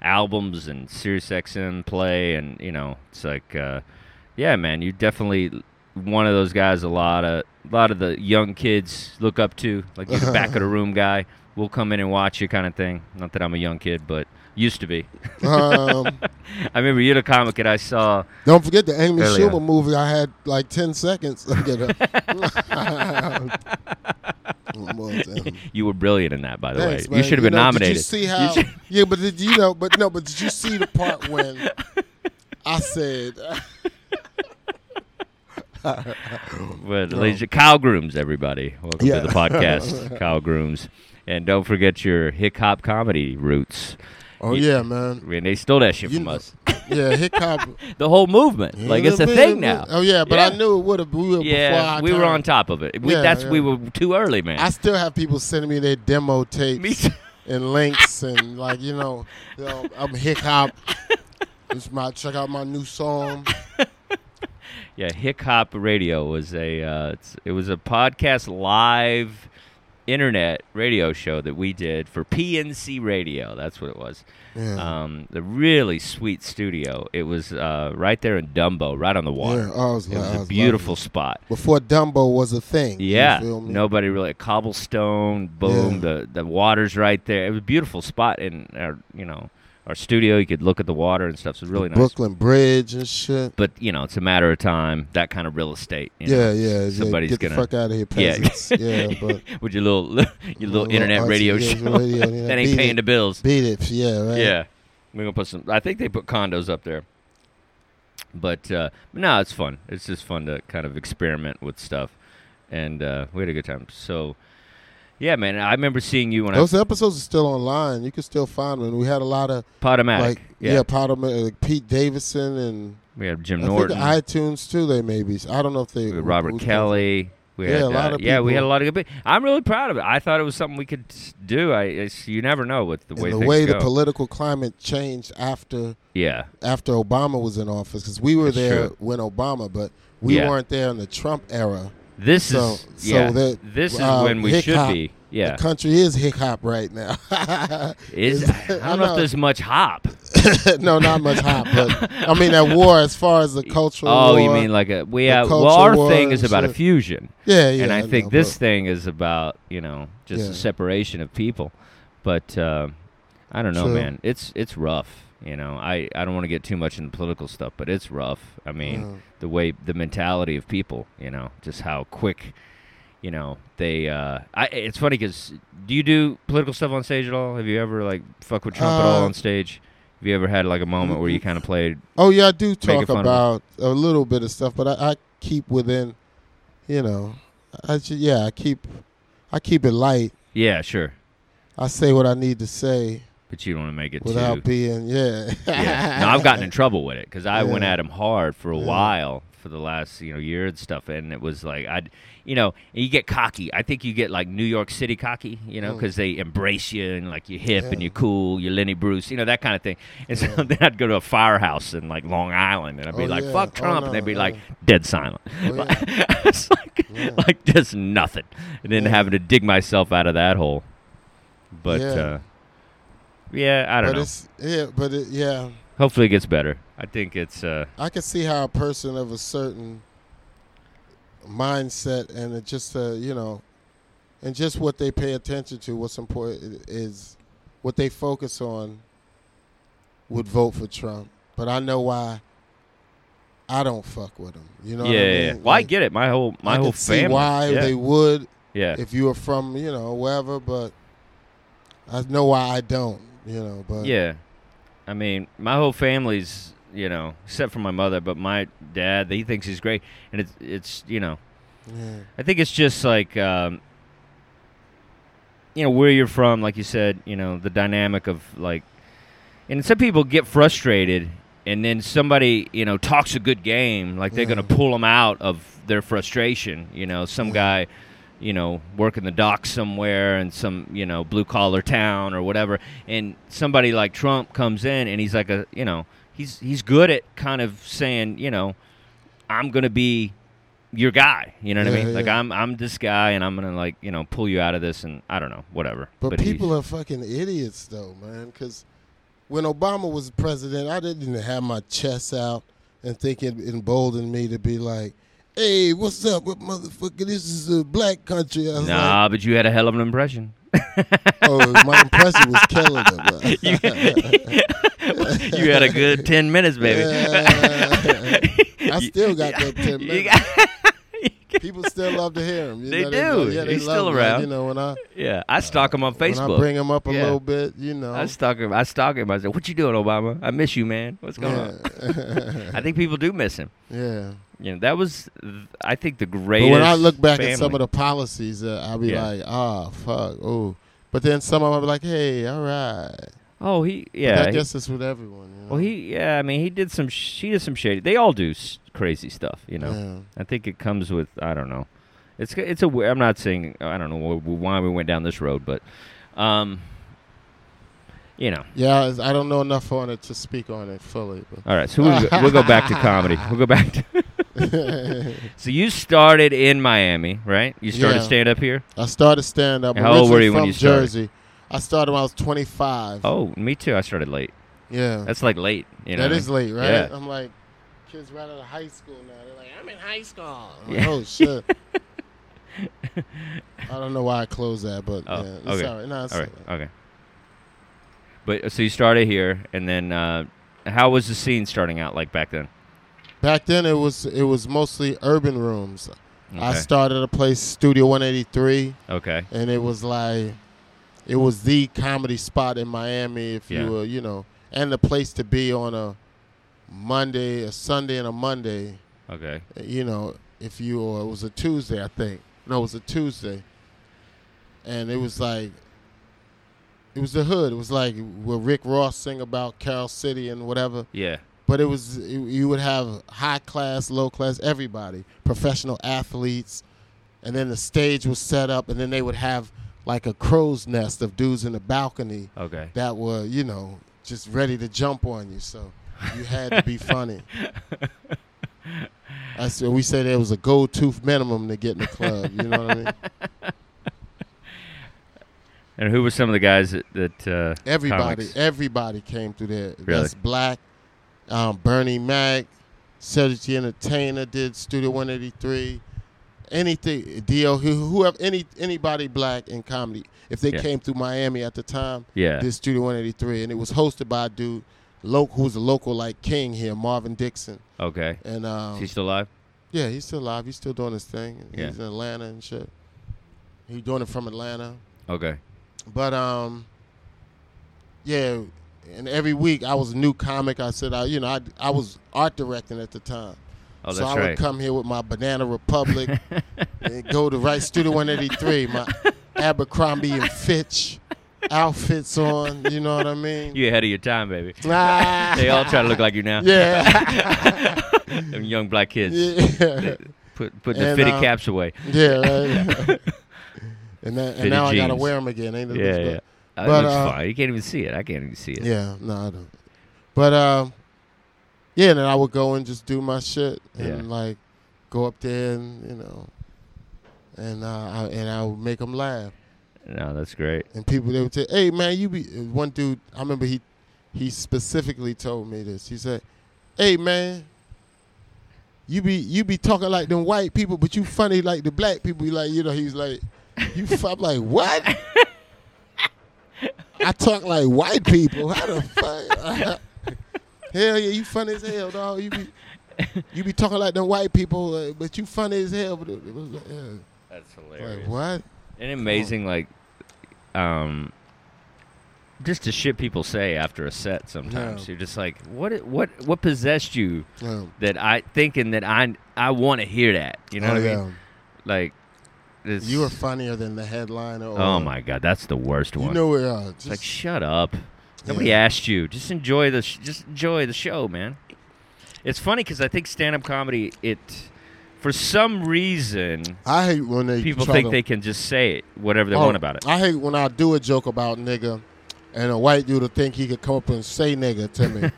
Speaker 2: albums and Sirius XM play and you know it's like uh, yeah, man, you definitely one of those guys. A lot of a lot of the young kids look up to, like you're the back of the room guy. we'll come in and watch you kind of thing. Not that I'm a young kid, but used to be.
Speaker 3: Um,
Speaker 2: <laughs> I remember you're the comic that I saw.
Speaker 3: don't forget the Amy
Speaker 2: Early
Speaker 3: Schumer
Speaker 2: on.
Speaker 3: movie. I had like ten seconds. <laughs> to get
Speaker 2: <laughs>
Speaker 3: up. Almost,
Speaker 2: <laughs>
Speaker 3: um,
Speaker 2: You were brilliant in that, by the
Speaker 3: Thanks,
Speaker 2: way.
Speaker 3: man.
Speaker 2: You should have been
Speaker 3: know,
Speaker 2: nominated.
Speaker 3: Did you see how? <laughs> yeah, but did you know? But no, but did you see the part when
Speaker 2: <laughs>
Speaker 3: I said
Speaker 2: But ladies, Kyle Grooms, everybody. Welcome
Speaker 3: Yeah.
Speaker 2: to the
Speaker 3: <laughs>
Speaker 2: podcast, Kyle Grooms. And don't forget your hip hop comedy roots.
Speaker 3: Oh yeah, man.
Speaker 2: And they stole that shit
Speaker 3: You
Speaker 2: from
Speaker 3: know-
Speaker 2: us.
Speaker 3: Yeah,
Speaker 2: <laughs>
Speaker 3: hip hop.
Speaker 2: The whole movement. Like it's a thing now.
Speaker 3: Oh yeah, but
Speaker 2: Yeah.
Speaker 3: I knew it would have. We were before
Speaker 2: Yeah,
Speaker 3: our
Speaker 2: we were
Speaker 3: time.
Speaker 2: on top of it. We,
Speaker 3: Yeah,
Speaker 2: that's we
Speaker 3: yeah.
Speaker 2: were too early, man.
Speaker 3: I still have people sending me their
Speaker 2: <laughs>
Speaker 3: demo
Speaker 2: Me
Speaker 3: tapes
Speaker 2: too.
Speaker 3: and links and like you know, you know, I'm
Speaker 2: <laughs>
Speaker 3: hip hop. It's my check out my new song.
Speaker 2: Yeah, Hick Hop Radio was a uh, it's, it was a podcast live internet radio show that we did for PNC Radio. That's what it was. Um, the really sweet studio. It was uh, right there in Dumbo, right on the water.
Speaker 3: Yeah, oh, I was
Speaker 2: it
Speaker 3: like- I
Speaker 2: was a
Speaker 3: was
Speaker 2: beautiful
Speaker 3: loving
Speaker 2: spot.
Speaker 3: Before Dumbo was a thing. you
Speaker 2: Yeah,
Speaker 3: feel me?
Speaker 2: nobody really cobblestone. Boom,
Speaker 3: Yeah.
Speaker 2: the the water's right there. It was a beautiful spot in our you know our studio. You could look at the water and stuff. So it was really nice.
Speaker 3: Brooklyn Bridge and shit.
Speaker 2: But you know, it's a matter of time. That kind of real estate. you know.
Speaker 3: Yeah, yeah.
Speaker 2: somebody's
Speaker 3: yeah, get
Speaker 2: gonna-
Speaker 3: the fuck out of here,
Speaker 2: Yeah.
Speaker 3: peasants.
Speaker 2: <laughs>
Speaker 3: Yeah, but
Speaker 2: with your little your little internet
Speaker 3: artsy
Speaker 2: radio
Speaker 3: kids,
Speaker 2: show
Speaker 3: radio,
Speaker 2: <laughs>
Speaker 3: yeah,
Speaker 2: that ain't
Speaker 3: beat
Speaker 2: paying
Speaker 3: it.
Speaker 2: the bills.
Speaker 3: Beat it, yeah, right.
Speaker 2: Yeah, we're gonna put some. I think they put condos up there, but uh, no, it's fun. It's just fun to kind of experiment with stuff, and uh, we had a good time. So, yeah, man, I remember seeing you when
Speaker 3: Those episodes are still online. You can still find them. We had a lot of
Speaker 2: I Potomatic.
Speaker 3: like yeah, yeah Potter, Pete Davison and
Speaker 2: we had Jim
Speaker 3: I think
Speaker 2: Norton,
Speaker 3: iTunes too. They maybe I don't know if they
Speaker 2: we had
Speaker 3: who-
Speaker 2: Robert
Speaker 3: who-
Speaker 2: Kelly. We
Speaker 3: Yeah,
Speaker 2: had,
Speaker 3: a lot
Speaker 2: uh,
Speaker 3: of
Speaker 2: yeah, we had a
Speaker 3: people.
Speaker 2: lot of good. pe- I'm really proud of it. I thought it was something we could s- do. I, it's, you never know with the way
Speaker 3: And the
Speaker 2: things
Speaker 3: way the
Speaker 2: go.
Speaker 3: political climate changed after
Speaker 2: yeah,
Speaker 3: after Obama was in office, because we were
Speaker 2: That's
Speaker 3: there
Speaker 2: true.
Speaker 3: when Obama, but we
Speaker 2: Yeah.
Speaker 3: weren't there in the Trump era.
Speaker 2: This
Speaker 3: So-
Speaker 2: is
Speaker 3: so
Speaker 2: yeah.
Speaker 3: that,
Speaker 2: this is
Speaker 3: uh,
Speaker 2: when we
Speaker 3: hip
Speaker 2: should
Speaker 3: hop-
Speaker 2: be. Yeah.
Speaker 3: The country is hip hop right now. <laughs>
Speaker 2: Is I don't know, if there's much hop.
Speaker 3: no, not much hop, but I mean at war as far
Speaker 2: <laughs>
Speaker 3: as the cultural.
Speaker 2: Oh, you
Speaker 3: war,
Speaker 2: mean like a we
Speaker 3: the
Speaker 2: have, well
Speaker 3: culture
Speaker 2: our
Speaker 3: war
Speaker 2: thing is
Speaker 3: and
Speaker 2: about a
Speaker 3: shit.
Speaker 2: fusion.
Speaker 3: Yeah, yeah.
Speaker 2: and I, think
Speaker 3: know,
Speaker 2: this
Speaker 3: but-
Speaker 2: thing is about, you know, just
Speaker 3: Yeah.
Speaker 2: the separation of people. But uh, I don't know,
Speaker 3: True.
Speaker 2: man. It's it's rough. You know, I, I don't want to get too much into political stuff, but it's rough. I mean,
Speaker 3: Yeah.
Speaker 2: the way the mentality of people, you know, just how quick, you know, they. Uh, I it's funny because do you do political stuff on stage at all? Have you ever like fuck with Trump at all
Speaker 3: Uh,
Speaker 2: on stage? Have you ever had like a moment where you kind of played?
Speaker 3: Oh yeah, I do
Speaker 2: making
Speaker 3: talk
Speaker 2: fun of it.
Speaker 3: about a little bit of stuff, but I, I keep within, you know, I ju- yeah, I keep, I keep it light.
Speaker 2: Yeah, sure,
Speaker 3: I say what I need to say
Speaker 2: but you don't want to make it
Speaker 3: without
Speaker 2: too.
Speaker 3: being yeah. <laughs>
Speaker 2: yeah. No, I've gotten in trouble with it because I went
Speaker 3: Yeah.
Speaker 2: at him hard for a
Speaker 3: Yeah.
Speaker 2: while for the last you know year and stuff, and it was like I, would you know, and you get cocky. I think you get like New York City cocky, you know, because they embrace you and like you're hip and
Speaker 3: Mm. Yeah.
Speaker 2: you're cool, you're Lenny Bruce, you know that kind of thing. And so <laughs> then I'd go to a firehouse in like Long Island, and I'd be
Speaker 3: Oh,
Speaker 2: like,
Speaker 3: yeah.
Speaker 2: "Fuck
Speaker 3: Oh,
Speaker 2: Trump," and they'd
Speaker 3: no,
Speaker 2: be
Speaker 3: yeah.
Speaker 2: like, "Dead silent."
Speaker 3: Oh, yeah.
Speaker 2: <laughs> it's like, like just nothing, and then
Speaker 3: Yeah.
Speaker 2: having to dig myself out of that hole. But
Speaker 3: Yeah.
Speaker 2: yeah, uh, yeah I don't
Speaker 3: but
Speaker 2: know.
Speaker 3: it's yeah, but it, yeah,
Speaker 2: Hopefully it gets better. I think it's uh
Speaker 3: I can see how a person of a certain mindset and it just uh, you know, and just what they pay attention to, what's important is what they focus on would vote for Trump. But I know why I don't fuck with him. You know
Speaker 2: yeah,
Speaker 3: what I
Speaker 2: yeah.
Speaker 3: mean?
Speaker 2: yeah. Well, I get it. My whole my
Speaker 3: I
Speaker 2: whole
Speaker 3: can see
Speaker 2: family.
Speaker 3: why
Speaker 2: yeah.
Speaker 3: they would
Speaker 2: yeah.
Speaker 3: if you were from, you know, wherever, but I know why I don't, you know, but
Speaker 2: Yeah. I mean, my whole family's, you know, except for my mother, but my dad, he thinks he's great and it's it's, you know,
Speaker 3: yeah.
Speaker 2: I think it's just like um you know, where you're from, like you said, you know, the dynamic of like and some people get frustrated and then somebody, you know, talks a good game, like they're going to pull them out of their frustration, you know, some guy you know, working the docks somewhere in some, you know, blue collar town or whatever. And somebody like Trump comes in and he's like a, you know, he's he's good at kind of saying, you know, I'm going to be your guy. You know what I
Speaker 3: Yeah,
Speaker 2: mean? Like
Speaker 3: yeah.
Speaker 2: I'm I'm this guy and I'm going to like, you know, pull you out of this and I don't know, whatever.
Speaker 3: But,
Speaker 2: he's-
Speaker 3: people are fucking idiots, though, man. Because when Obama was president, I didn't have my chest out and think it emboldened me to be like, "Hey, what's up, what motherfucker? This is a black country." I was
Speaker 2: Nah, but you had a hell of an impression.
Speaker 3: <laughs> oh, my impression was killing it. man.
Speaker 2: <laughs> you,
Speaker 3: <laughs>
Speaker 2: you had a good 10 minutes, baby. <laughs>
Speaker 3: Yeah. I still got that 10
Speaker 2: You
Speaker 3: minutes.
Speaker 2: got- <laughs>
Speaker 3: People still love to hear him. You
Speaker 2: They
Speaker 3: know,
Speaker 2: do.
Speaker 3: yeah, they
Speaker 2: He's
Speaker 3: love
Speaker 2: still
Speaker 3: him.
Speaker 2: around.
Speaker 3: You know, when I
Speaker 2: yeah, I stalk him on
Speaker 3: when I bring
Speaker 2: Facebook.
Speaker 3: him up a
Speaker 2: Yeah.
Speaker 3: little bit, you know.
Speaker 2: I stalk him. I stalk him. I said, "What you doing, Obama? I miss you, man. What's going on?"
Speaker 3: yeah. <laughs>
Speaker 2: I think people do miss him.
Speaker 3: yeah.
Speaker 2: You know, that was, th- I think, the
Speaker 3: But
Speaker 2: greatest.
Speaker 3: when I look back at some
Speaker 2: family.
Speaker 3: of the policies, uh, I'll be
Speaker 2: Yeah.
Speaker 3: like, ah, fuck, oh. But then some of them I'll be like, hey, all right.
Speaker 2: oh, he,
Speaker 3: But
Speaker 2: yeah,
Speaker 3: I
Speaker 2: he-
Speaker 3: guess it's with everyone. You know?
Speaker 2: Well, he, yeah, I mean, he did some, sh- she did some shady. They all do s- crazy stuff, you know.
Speaker 3: Yeah.
Speaker 2: I think it comes with, I don't know. It's, g- it's a, we- I'm not saying, I don't know wh- wh- why we went down this road, but, um, you know.
Speaker 3: Yeah, it's- I don't know enough on it to speak on it fully. But
Speaker 2: All right, so we'll go, we'll go back
Speaker 3: <laughs>
Speaker 2: to comedy. We'll go back to. <laughs> so you started in Miami, right? You started
Speaker 3: Yeah.
Speaker 2: stand up here.
Speaker 3: <laughs> I started stand up.
Speaker 2: And how old were
Speaker 3: originally
Speaker 2: you when
Speaker 3: from
Speaker 2: you started?
Speaker 3: Jersey. I started when I was 25.
Speaker 2: Oh, me too. I started late.
Speaker 3: yeah.
Speaker 2: That's like late. You know.
Speaker 3: That is late, right?
Speaker 2: Yeah.
Speaker 3: I'm like, kids right out of high school now. They're like, I'm in high school. I'm
Speaker 2: Yeah.
Speaker 3: like, oh shit.
Speaker 2: <laughs>
Speaker 3: I don't know why I closed that, but
Speaker 2: Oh,
Speaker 3: yeah, it's
Speaker 2: okay.
Speaker 3: all right. No, it's
Speaker 2: All
Speaker 3: all
Speaker 2: right. Okay. But so you started here, and then uh, how was the scene starting out like back then?
Speaker 3: Back then, it was it was mostly urban rooms. I
Speaker 2: Okay.
Speaker 3: started a place, Studio 183,
Speaker 2: Okay.
Speaker 3: and it was like, it was the comedy spot in Miami. If
Speaker 2: Yeah.
Speaker 3: you were, you know, and the place to be on a Monday, a Sunday, and a Monday.
Speaker 2: Okay.
Speaker 3: you know, if you or it was a Tuesday, I think. No, it was a Tuesday, and it was like, it was the hood. It was like what Rick Ross sing about Carol City and whatever.
Speaker 2: Yeah.
Speaker 3: But it was you you would have high class, low class, everybody, professional athletes, and then the stage was set up, and then they would have like a crow's nest of dudes in the balcony
Speaker 2: Okay.
Speaker 3: that were you know just ready to jump on you. So you had to be funny. I said we said there was a gold tooth minimum to get in the club. You know what I mean?
Speaker 2: And who were some of the guys that? that uh,
Speaker 3: Everybody,
Speaker 2: comics?
Speaker 3: everybody came through there.
Speaker 2: Really?
Speaker 3: That's black. Um, Bernie Mac, Cedric the Entertainer did Studio 183. Anything, Dio, who- whoever, any anybody black in comedy, if they
Speaker 2: Yeah.
Speaker 3: came through Miami at the time,
Speaker 2: Yeah.
Speaker 3: did Studio 183, and it was hosted by a dude, local, who's a local like king here, Marvin Dixon,
Speaker 2: Okay.
Speaker 3: and um,
Speaker 2: Is he still alive?
Speaker 3: Yeah, he's still alive. He's still doing his thing.
Speaker 2: Yeah.
Speaker 3: He's in Atlanta and shit. He's doing it from Atlanta.
Speaker 2: Okay.
Speaker 3: But um, yeah, and every week I was a new comic. I said, I you know, I, I was art directing at the time.
Speaker 2: Oh,
Speaker 3: so
Speaker 2: that's
Speaker 3: I
Speaker 2: right.
Speaker 3: would come here with my Banana
Speaker 2: <laughs>
Speaker 3: Republic and go to Right Studio 183, my Abercrombie and Fitch outfits on. You know what I mean?
Speaker 2: You're ahead of your time, baby.
Speaker 3: Ah,
Speaker 2: They
Speaker 3: <laughs>
Speaker 2: all try to look like you now.
Speaker 3: yeah.
Speaker 2: <laughs> Them young black kids. <laughs>
Speaker 3: yeah.
Speaker 2: Put put the
Speaker 3: And,
Speaker 2: fitted
Speaker 3: um,
Speaker 2: caps away.
Speaker 3: Yeah, right. and, that, and
Speaker 2: Fitted
Speaker 3: now I gotta
Speaker 2: jeans.
Speaker 3: wear them again. Ain't it?
Speaker 2: Yeah, yeah. Uh,
Speaker 3: but,
Speaker 2: it looks
Speaker 3: uh,
Speaker 2: fine. You can't even see it. I can't even see it.
Speaker 3: yeah. No, I don't. But um, yeah. And then I would go and just do my shit and
Speaker 2: Yeah.
Speaker 3: like go up there and you know, and uh, I, and I would make them laugh.
Speaker 2: No, that's great.
Speaker 3: And people they would say, "Hey man, you be." and One dude I remember he he specifically told me this. He said, "Hey man." You be you be talking like them white people, but you funny like the black people. Like you know, he's like, you. F-. I'm like, what?
Speaker 2: <laughs>
Speaker 3: I talk like white people. How the fuck? <laughs> hell yeah, you funny as hell, dog. You be you be talking like them white people, uh, but you funny as hell. But it was like, yeah.
Speaker 2: That's
Speaker 3: like
Speaker 2: hilarious.
Speaker 3: what?
Speaker 2: And amazing, like, um, just the shit people say after a set. Sometimes
Speaker 3: Yeah.
Speaker 2: you're just like, what, i- what, what possessed you
Speaker 3: Um,
Speaker 2: that I thinking that I, I want to hear that. You know
Speaker 3: oh,
Speaker 2: what I
Speaker 3: yeah.
Speaker 2: mean? Like, this,
Speaker 3: You are funnier than the headliner. Or,
Speaker 2: Oh my god, that's the worst
Speaker 3: You
Speaker 2: one.
Speaker 3: know it. Uh, just,
Speaker 2: it's like, shut up. Nobody
Speaker 3: Yeah.
Speaker 2: asked you. Just enjoy the, sh- just enjoy the show, man. It's funny because I think stand-up comedy, it, for some reason.
Speaker 3: I hate when they
Speaker 2: people
Speaker 3: try
Speaker 2: think
Speaker 3: to-
Speaker 2: they can just say it, whatever they
Speaker 3: Oh,
Speaker 2: want about it.
Speaker 3: I hate when I do a joke about nigga, and a white dude will think he could come up and say nigga to me.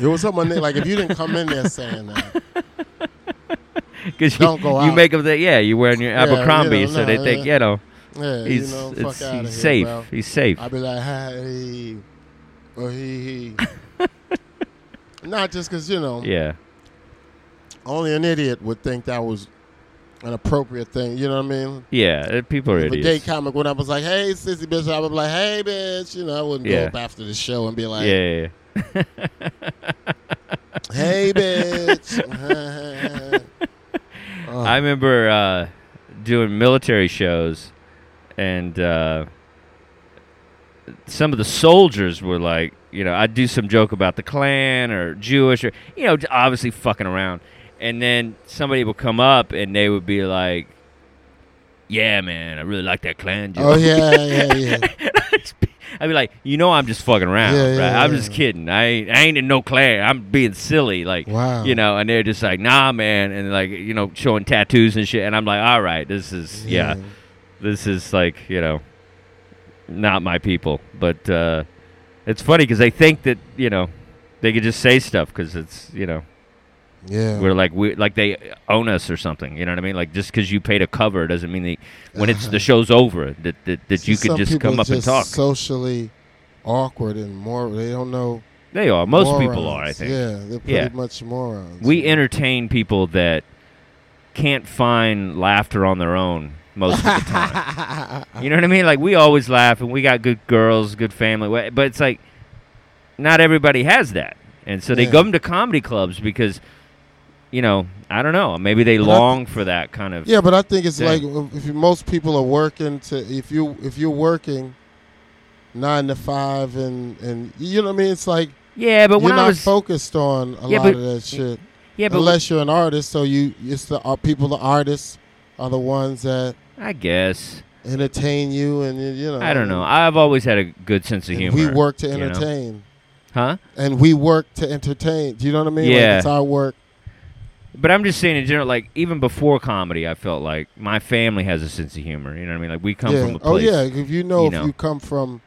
Speaker 3: it was something like if you didn't come in there saying that. <laughs>
Speaker 2: Because you,
Speaker 3: don't go
Speaker 2: you
Speaker 3: out.
Speaker 2: make them think, yeah, you're wearing your
Speaker 3: you know,
Speaker 2: Abercrombie, so
Speaker 3: no,
Speaker 2: they think, you know,
Speaker 3: Yeah,
Speaker 2: he's,
Speaker 3: you know, fuck
Speaker 2: it's,
Speaker 3: outta
Speaker 2: he's
Speaker 3: here,
Speaker 2: safe.
Speaker 3: bro.
Speaker 2: He's safe.
Speaker 3: I'd be like, hey,
Speaker 2: <laughs>
Speaker 3: or he, he. Not just because, you know,
Speaker 2: yeah,
Speaker 3: only an idiot would think that was an appropriate thing. You know what I mean?
Speaker 2: Yeah, uh, people are
Speaker 3: If a gay
Speaker 2: idiots.
Speaker 3: comic went up and was like, "Hey, sissy bitch," I would be like, "Hey, bitch," you know. I wouldn't
Speaker 2: Yeah.
Speaker 3: go up after the show and be
Speaker 2: Yeah,
Speaker 3: like,
Speaker 2: yeah, yeah. <laughs>
Speaker 3: "Hey, bitch." <laughs> Oh,
Speaker 2: I remember uh, doing military shows, and uh, some of the soldiers were like, you know, I'd do some joke about the Klan or Jewish or, you know, obviously fucking around. And then somebody would come up and they would be like, yeah, man, I really like that Klan joke.
Speaker 3: oh yeah, yeah, yeah.
Speaker 2: I'd be like, you know, I'm just fucking around.
Speaker 3: Yeah,
Speaker 2: right?
Speaker 3: yeah,
Speaker 2: I'm
Speaker 3: yeah.
Speaker 2: just kidding. I ain't, I ain't in no Klan. I'm being silly. Like,
Speaker 3: Wow.
Speaker 2: you know, and they're just like, nah, man. And like, you know, showing tattoos and shit. And I'm like, all right, this is, <laughs> yeah, this is like, you know, not my people. But uh, it's funny because they think that, you know, they could just say stuff because it's, you know,
Speaker 3: yeah.
Speaker 2: we're like we like they own us or something. You know what I mean? Like just because you paid a cover doesn't mean that when it's
Speaker 3: <laughs>
Speaker 2: the show's over that that, that you could
Speaker 3: Some
Speaker 2: just
Speaker 3: people
Speaker 2: come up
Speaker 3: are
Speaker 2: and talk.
Speaker 3: Socially awkward and more. They don't know.
Speaker 2: They are. Most people are.
Speaker 3: morons.
Speaker 2: I think.
Speaker 3: Yeah, they're pretty
Speaker 2: Yeah.
Speaker 3: much morons.
Speaker 2: We entertain people that can't find laughter on their own most
Speaker 3: <laughs>
Speaker 2: of the time. you know what I mean? Like we always laugh, and we got good girls, good family, wha- but it's like not everybody has that, and so they
Speaker 3: Yeah.
Speaker 2: come to comedy clubs because. You know, I don't know. Maybe they
Speaker 3: But I-
Speaker 2: long for that kind of.
Speaker 3: Yeah, but I think it's
Speaker 2: Yeah.
Speaker 3: like uh, if you, most people are working to if you if you're working nine to five and and you know what I mean. It's like
Speaker 2: Yeah, but
Speaker 3: you're
Speaker 2: when
Speaker 3: not
Speaker 2: I was
Speaker 3: focused on a
Speaker 2: Yeah,
Speaker 3: lot
Speaker 2: but-
Speaker 3: of that shit
Speaker 2: yeah, but
Speaker 3: unless you're an artist. So you it's the uh, people the artists are the ones that
Speaker 2: I guess
Speaker 3: entertain you and you, you know.
Speaker 2: I don't know. I've always had a good sense of
Speaker 3: Uh, and
Speaker 2: humor.
Speaker 3: we work to
Speaker 2: you know?
Speaker 3: entertain.
Speaker 2: huh?
Speaker 3: And we work to entertain. Do you know what I mean?
Speaker 2: Yeah.
Speaker 3: Like it's our work.
Speaker 2: But I'm just saying in general, like even before comedy, I felt like my family has a sense of humor. You know what I mean? Like we come
Speaker 3: yeah.
Speaker 2: from a place.
Speaker 3: oh yeah, if you know
Speaker 2: you
Speaker 3: if
Speaker 2: know.
Speaker 3: you come from,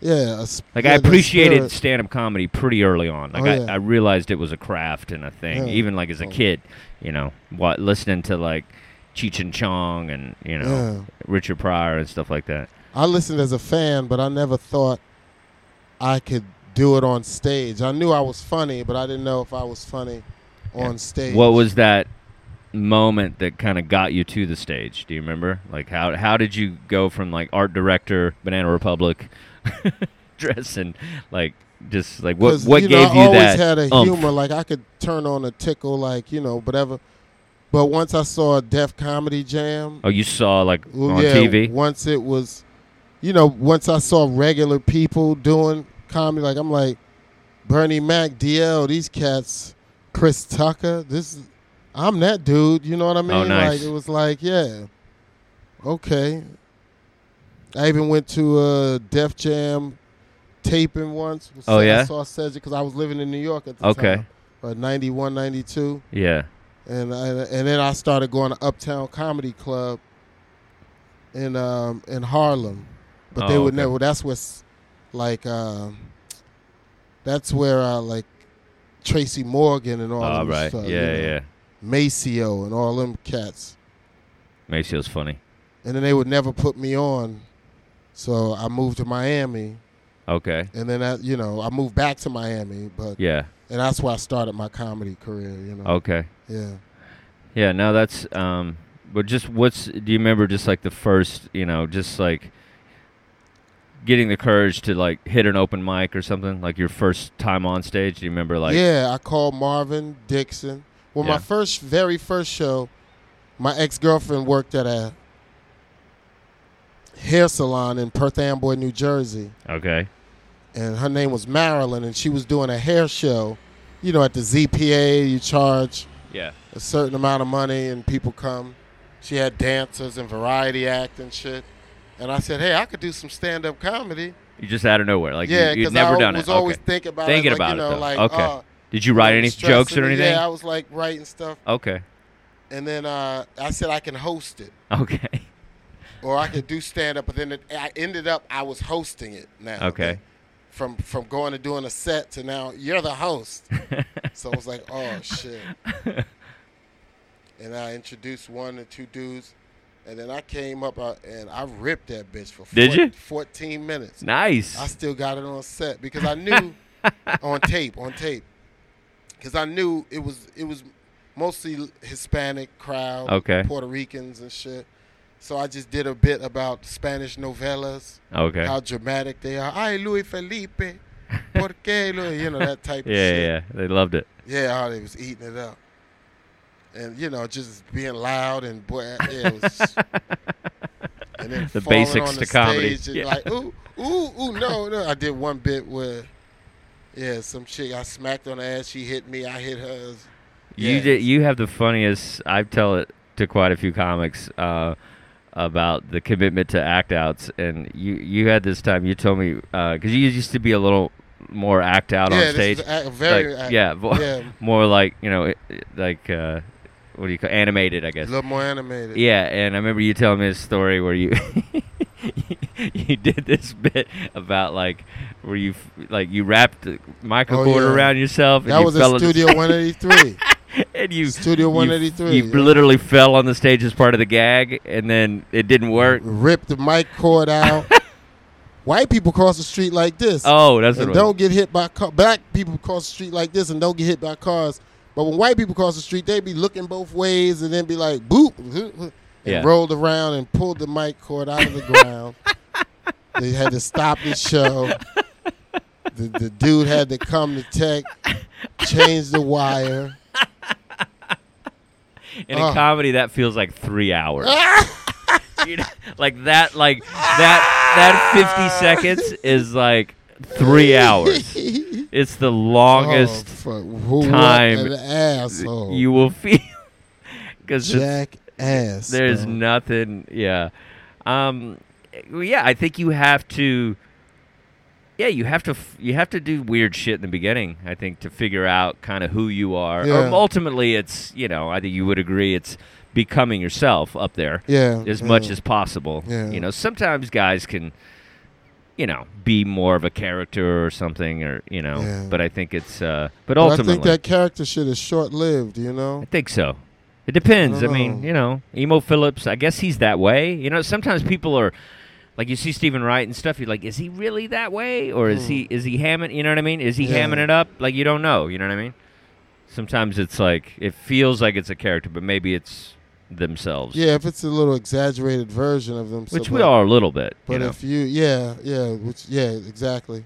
Speaker 3: yeah. a s-
Speaker 2: Like
Speaker 3: yeah,
Speaker 2: I
Speaker 3: the
Speaker 2: appreciated
Speaker 3: spirit.
Speaker 2: stand up comedy pretty early on. Like
Speaker 3: Oh,
Speaker 2: I,
Speaker 3: yeah.
Speaker 2: I realized it was a craft and a thing,
Speaker 3: Yeah.
Speaker 2: even like as a
Speaker 3: Oh.
Speaker 2: kid. You know, what listening to like Cheech and Chong and you know
Speaker 3: Yeah.
Speaker 2: Richard Pryor and stuff like that.
Speaker 3: I listened as a fan, but I never thought I could do it on stage. I knew I was funny, but I didn't know if I was funny on stage.
Speaker 2: What was that moment that kind of got you to the stage? Do you remember? Like how how did you go from like art director, Banana Republic, <laughs> dress and like just like what
Speaker 3: 'Cause,
Speaker 2: what
Speaker 3: you know,
Speaker 2: gave
Speaker 3: I
Speaker 2: you
Speaker 3: always
Speaker 2: that?
Speaker 3: had a
Speaker 2: oomph?
Speaker 3: humor, like I could turn on a tickle, like you know, whatever. But once I saw a deaf comedy jam
Speaker 2: Oh, you saw like
Speaker 3: well,
Speaker 2: on
Speaker 3: yeah,
Speaker 2: TV.
Speaker 3: once it was, you know, once I saw regular people doing comedy, like I'm like, Bernie Mac, DL, these cats, Chris Tucker, this, I'm that dude. You know what I mean?
Speaker 2: Oh, nice.
Speaker 3: Like it was like, yeah, okay. I even went to a Def Jam taping once.
Speaker 2: Oh, yeah?
Speaker 3: I saw Cedric because I was living in New York at the
Speaker 2: Okay.
Speaker 3: time. uh, 91, 92
Speaker 2: Yeah.
Speaker 3: and I, and then I started going to Uptown Comedy Club in um, in Harlem, but they
Speaker 2: Oh,
Speaker 3: would
Speaker 2: okay.
Speaker 3: never. That's what's like. Um, that's where I like Tracy Morgan and all.
Speaker 2: All
Speaker 3: them
Speaker 2: Ah, right.
Speaker 3: stuff, you
Speaker 2: yeah,
Speaker 3: know,
Speaker 2: yeah.
Speaker 3: Maceo and all them cats,
Speaker 2: Maceo's funny.
Speaker 3: and then they would never put me on. So I moved to Miami,
Speaker 2: Okay.
Speaker 3: and then I, you know, I moved back to Miami, but
Speaker 2: Yeah. Oh.
Speaker 3: and that's where I started my comedy career. You know,
Speaker 2: Okay.
Speaker 3: yeah.
Speaker 2: Yeah, no, that's um but just what's do you remember just like the first, you know, just like getting the courage to like hit an open mic or something? Like your first time on stage? Do you remember like
Speaker 3: yeah, I called Marvin Dixon. Well,
Speaker 2: Yeah.
Speaker 3: my first, very first show, my ex girlfriend worked at a hair salon in Perth Amboy, New Jersey,
Speaker 2: Okay.
Speaker 3: and her name was Marilyn, and she was doing a hair show. You know, at the ZPA, you charge
Speaker 2: Yeah.
Speaker 3: a certain amount of money, and people come. She had dancers and variety act and shit. And I said, hey, I could do some stand up comedy.
Speaker 2: You just out of nowhere. Like you,
Speaker 3: yeah,
Speaker 2: you'd
Speaker 3: because
Speaker 2: never
Speaker 3: I
Speaker 2: done
Speaker 3: was
Speaker 2: it.
Speaker 3: always
Speaker 2: okay.
Speaker 3: thinking about
Speaker 2: Thinking
Speaker 3: it. like,
Speaker 2: about
Speaker 3: you
Speaker 2: it,
Speaker 3: know,
Speaker 2: though.
Speaker 3: like,
Speaker 2: Okay.
Speaker 3: uh,
Speaker 2: Did you write
Speaker 3: it
Speaker 2: any
Speaker 3: was stressing
Speaker 2: jokes or
Speaker 3: me.
Speaker 2: anything?
Speaker 3: Yeah, I was like writing stuff.
Speaker 2: okay. <laughs>
Speaker 3: And then uh, I said I can host it,
Speaker 2: Okay.
Speaker 3: or I could do stand up. But then it, I ended up I was hosting it now.
Speaker 2: Okay.
Speaker 3: From from going to doing a set to now you're the
Speaker 2: <laughs>
Speaker 3: host. so I was like, oh shit. and I introduced one or two dudes, and then I came up uh, and I ripped that bitch for
Speaker 2: Did you?
Speaker 3: fourteen minutes.
Speaker 2: Nice.
Speaker 3: I still got it on
Speaker 2: <laughs>
Speaker 3: set because I knew on tape, on tape, because I knew it was it was mostly Hispanic crowd,
Speaker 2: Okay.
Speaker 3: Puerto Ricans and shit. So I just did a bit about Spanish novellas,
Speaker 2: Okay.
Speaker 3: how dramatic they are. Ay, Luis Felipe, ¿por qué? Luis? You know that
Speaker 2: <laughs>
Speaker 3: type
Speaker 2: yeah,
Speaker 3: of shit.
Speaker 2: yeah, yeah. They loved it.
Speaker 3: Yeah, how they was eating it up. And you know, just being loud and boy, yeah,
Speaker 2: <laughs>
Speaker 3: it was. and then
Speaker 2: The
Speaker 3: falling
Speaker 2: basics
Speaker 3: on
Speaker 2: to comedy.
Speaker 3: Stage and
Speaker 2: Yeah.
Speaker 3: Like ooh, ooh, ooh, no, no. I did one bit where, yeah, some chick I smacked on the ass. She hit me. I hit hers.
Speaker 2: You
Speaker 3: Yeah.
Speaker 2: did. You have the funniest. I tell it to quite a few comics uh, about the commitment to act outs, and you you had this time. You told me because you used to be a little more act out
Speaker 3: yeah,
Speaker 2: on stage.
Speaker 3: This is a, very
Speaker 2: like, yeah, vo-
Speaker 3: yeah.
Speaker 2: <laughs> more like you know, it- it- like uh, what do you call animated? I
Speaker 3: a
Speaker 2: guess.
Speaker 3: little more animated.
Speaker 2: Yeah, and I remember you telling me a story where you <laughs> you did this bit about like where you f- like you wrapped the microcord
Speaker 3: Oh, yeah.
Speaker 2: around yourself. and
Speaker 3: that
Speaker 2: you
Speaker 3: was
Speaker 2: fell
Speaker 3: a
Speaker 2: on the
Speaker 3: Studio
Speaker 2: <laughs>
Speaker 3: 183.
Speaker 2: and you
Speaker 3: Studio
Speaker 2: you-
Speaker 3: 183,
Speaker 2: You,
Speaker 3: yeah.
Speaker 2: literally fell on the stage as part of the gag, and then it didn't work.
Speaker 3: Ripped the mic
Speaker 2: <laughs>
Speaker 3: cord out. White people cross the street like this.
Speaker 2: Oh, that's what
Speaker 3: and
Speaker 2: it was.
Speaker 3: don't get hit by car. Black people cross the street like this and don't get hit by cars. But when white people cross the street, they be looking both ways and then be like, boop, <laughs> and
Speaker 2: Yeah.
Speaker 3: rolled around and pulled the mic cord out of
Speaker 2: <laughs>
Speaker 3: the ground. they had to stop the show. The, the dude had to come to tech, change
Speaker 2: <laughs>
Speaker 3: the wire.
Speaker 2: And
Speaker 3: uh.
Speaker 2: in comedy, that feels like three
Speaker 3: <laughs>
Speaker 2: hours. You know, like that, like that, that fifty seconds is like three hours.
Speaker 3: <laughs>
Speaker 2: It's the longest
Speaker 3: oh, fuck. Who
Speaker 2: time
Speaker 3: What an asshole.
Speaker 2: you will feel because
Speaker 3: jackass.
Speaker 2: There's
Speaker 3: dog.
Speaker 2: nothing. Yeah. Um. well, Yeah, I think you have to. Yeah, you have to. f- You have to do weird shit in the beginning. I think to figure out kind of who you are.
Speaker 3: Yeah.
Speaker 2: Or ultimately, it's you know. I think you would agree it's becoming yourself up there
Speaker 3: Yeah.
Speaker 2: as
Speaker 3: yeah.
Speaker 2: much as possible.
Speaker 3: Yeah.
Speaker 2: You know, sometimes guys can, you know, be more of a character or something, or you know.
Speaker 3: Yeah.
Speaker 2: But I think it's. Uh, but
Speaker 3: But
Speaker 2: ultimately,
Speaker 3: I think that character shit is short lived, you know?
Speaker 2: I think so. It depends. I,
Speaker 3: don't
Speaker 2: mean,
Speaker 3: know.
Speaker 2: you know, Emo Phillips. I guess he's that way. You know, sometimes people are like you see Stephen Wright and stuff. You're like, is he really that way, or is he is he hamming? You know what I mean? Is he
Speaker 3: Hmm. Yeah.
Speaker 2: hamming it up? Like you don't know. You know what I mean? Sometimes it's like it feels like it's a character, but maybe it's themselves.
Speaker 3: Yeah, if it's a little exaggerated version of them. so-
Speaker 2: Which we
Speaker 3: but-
Speaker 2: are a little bit,
Speaker 3: But
Speaker 2: you know.
Speaker 3: if you, yeah, yeah, which, yeah, exactly.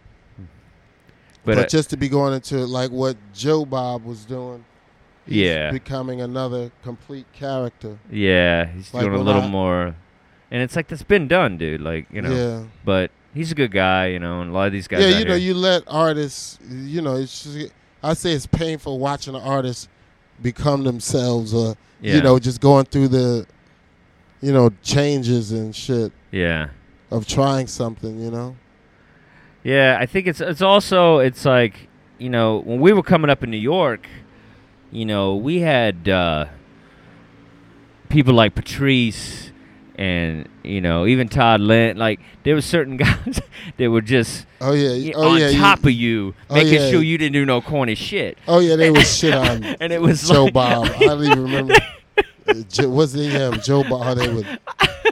Speaker 2: but
Speaker 3: But,
Speaker 2: uh,
Speaker 3: just to be going into like what Joe Bob was doing, he's
Speaker 2: yeah,
Speaker 3: becoming another complete character.
Speaker 2: yeah, he's
Speaker 3: like,
Speaker 2: doing a
Speaker 3: when
Speaker 2: little
Speaker 3: I-
Speaker 2: more, and it's like that's been done, dude. Like you know,
Speaker 3: yeah.
Speaker 2: but he's a good guy, you know, and a lot of these guys.
Speaker 3: Yeah,
Speaker 2: out
Speaker 3: you know,
Speaker 2: here-
Speaker 3: you let artists, you know, it's just, I say it's painful watching an artist become themselves or,
Speaker 2: Yeah.
Speaker 3: you know, just going through the, you know, changes and shit
Speaker 2: yeah.
Speaker 3: of trying something, you know?
Speaker 2: Yeah, I think it's it's also it's like you know when we were coming up in New York, you know we had uh, people like Patrice and you know even Todd Lent. Like there were certain <laughs> guys that were just
Speaker 3: Oh,
Speaker 2: y-
Speaker 3: yeah. oh,
Speaker 2: on
Speaker 3: yeah. you-
Speaker 2: top of you,
Speaker 3: Oh,
Speaker 2: making
Speaker 3: yeah.
Speaker 2: sure you didn't do no corny shit.
Speaker 3: Oh yeah,
Speaker 2: <laughs>
Speaker 3: they was shit on
Speaker 2: And it was
Speaker 3: <laughs> Joe
Speaker 2: like-
Speaker 3: Bob. I don't even remember. Uh, Jo- What's the name? <laughs> Joe Bob. How they would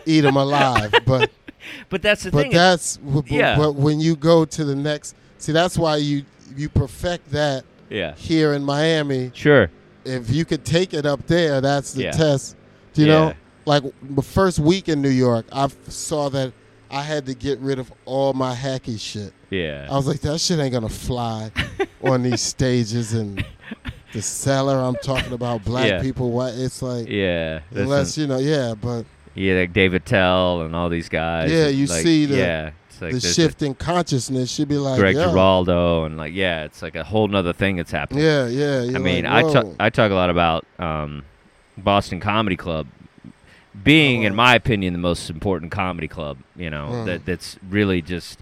Speaker 3: eat him alive. <laughs> But
Speaker 2: <laughs> But that's the
Speaker 3: but
Speaker 2: thing.
Speaker 3: that's but,
Speaker 2: yeah.
Speaker 3: but when you go to the next, see that's why you you perfect that
Speaker 2: yeah,
Speaker 3: here in Miami.
Speaker 2: sure.
Speaker 3: If you could take it up there, that's the
Speaker 2: Yeah.
Speaker 3: test. Do you
Speaker 2: Yeah.
Speaker 3: know? Like the first week in New York, I f- saw that I had to get rid of all my hacky shit.
Speaker 2: Yeah,
Speaker 3: I was like, that shit ain't gonna fly on
Speaker 2: <laughs>
Speaker 3: these stages and the cellar. I'm talking about black
Speaker 2: Yeah.
Speaker 3: people. What it's like,
Speaker 2: yeah. that's
Speaker 3: unless
Speaker 2: an-
Speaker 3: you know, yeah. But
Speaker 2: yeah, like David Tell and all these guys.
Speaker 3: Yeah,
Speaker 2: and,
Speaker 3: you
Speaker 2: like,
Speaker 3: see the-
Speaker 2: yeah, it's like
Speaker 3: the
Speaker 2: there's a-
Speaker 3: shift in consciousness should be like,
Speaker 2: Greg
Speaker 3: yo.
Speaker 2: Giraldo and like yeah, it's like a whole nother thing that's happening.
Speaker 3: Yeah, yeah. you're
Speaker 2: I mean,
Speaker 3: like,
Speaker 2: I talk
Speaker 3: whoa.
Speaker 2: I talk a lot about um, Boston Comedy Club being,
Speaker 3: Oh.
Speaker 2: in my opinion, the most important comedy club. You know
Speaker 3: Mm.
Speaker 2: that that's really just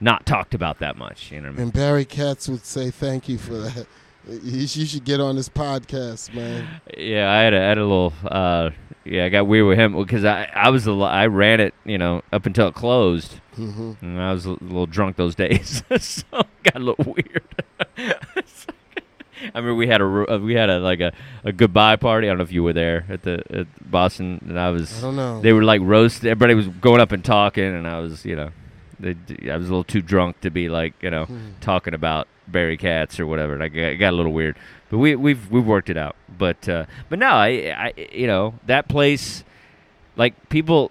Speaker 2: not talked about that much. You know what I mean?
Speaker 3: And Barry Katz would say, thank you for that. You sh- you should get on this podcast, man.
Speaker 2: Yeah, I had a, had a little. Uh, yeah, I got weird with him because I I was a li- I ran it you know up until it closed.
Speaker 3: hmm
Speaker 2: And I was a little drunk those days, <laughs> so it got a little weird. <laughs> It's like- I remember we had a ro- uh, we had a like a, a goodbye party. I don't know if you were there at the at Boston, and I was.
Speaker 3: I don't know.
Speaker 2: They were like roast. Everybody was going up and talking, and I was you know They d- I was a little too drunk to be like you know talking about Barry Katz or whatever. Like it got a little weird, but we we've we've worked it out. But uh, but no, I, I you know that place, like people,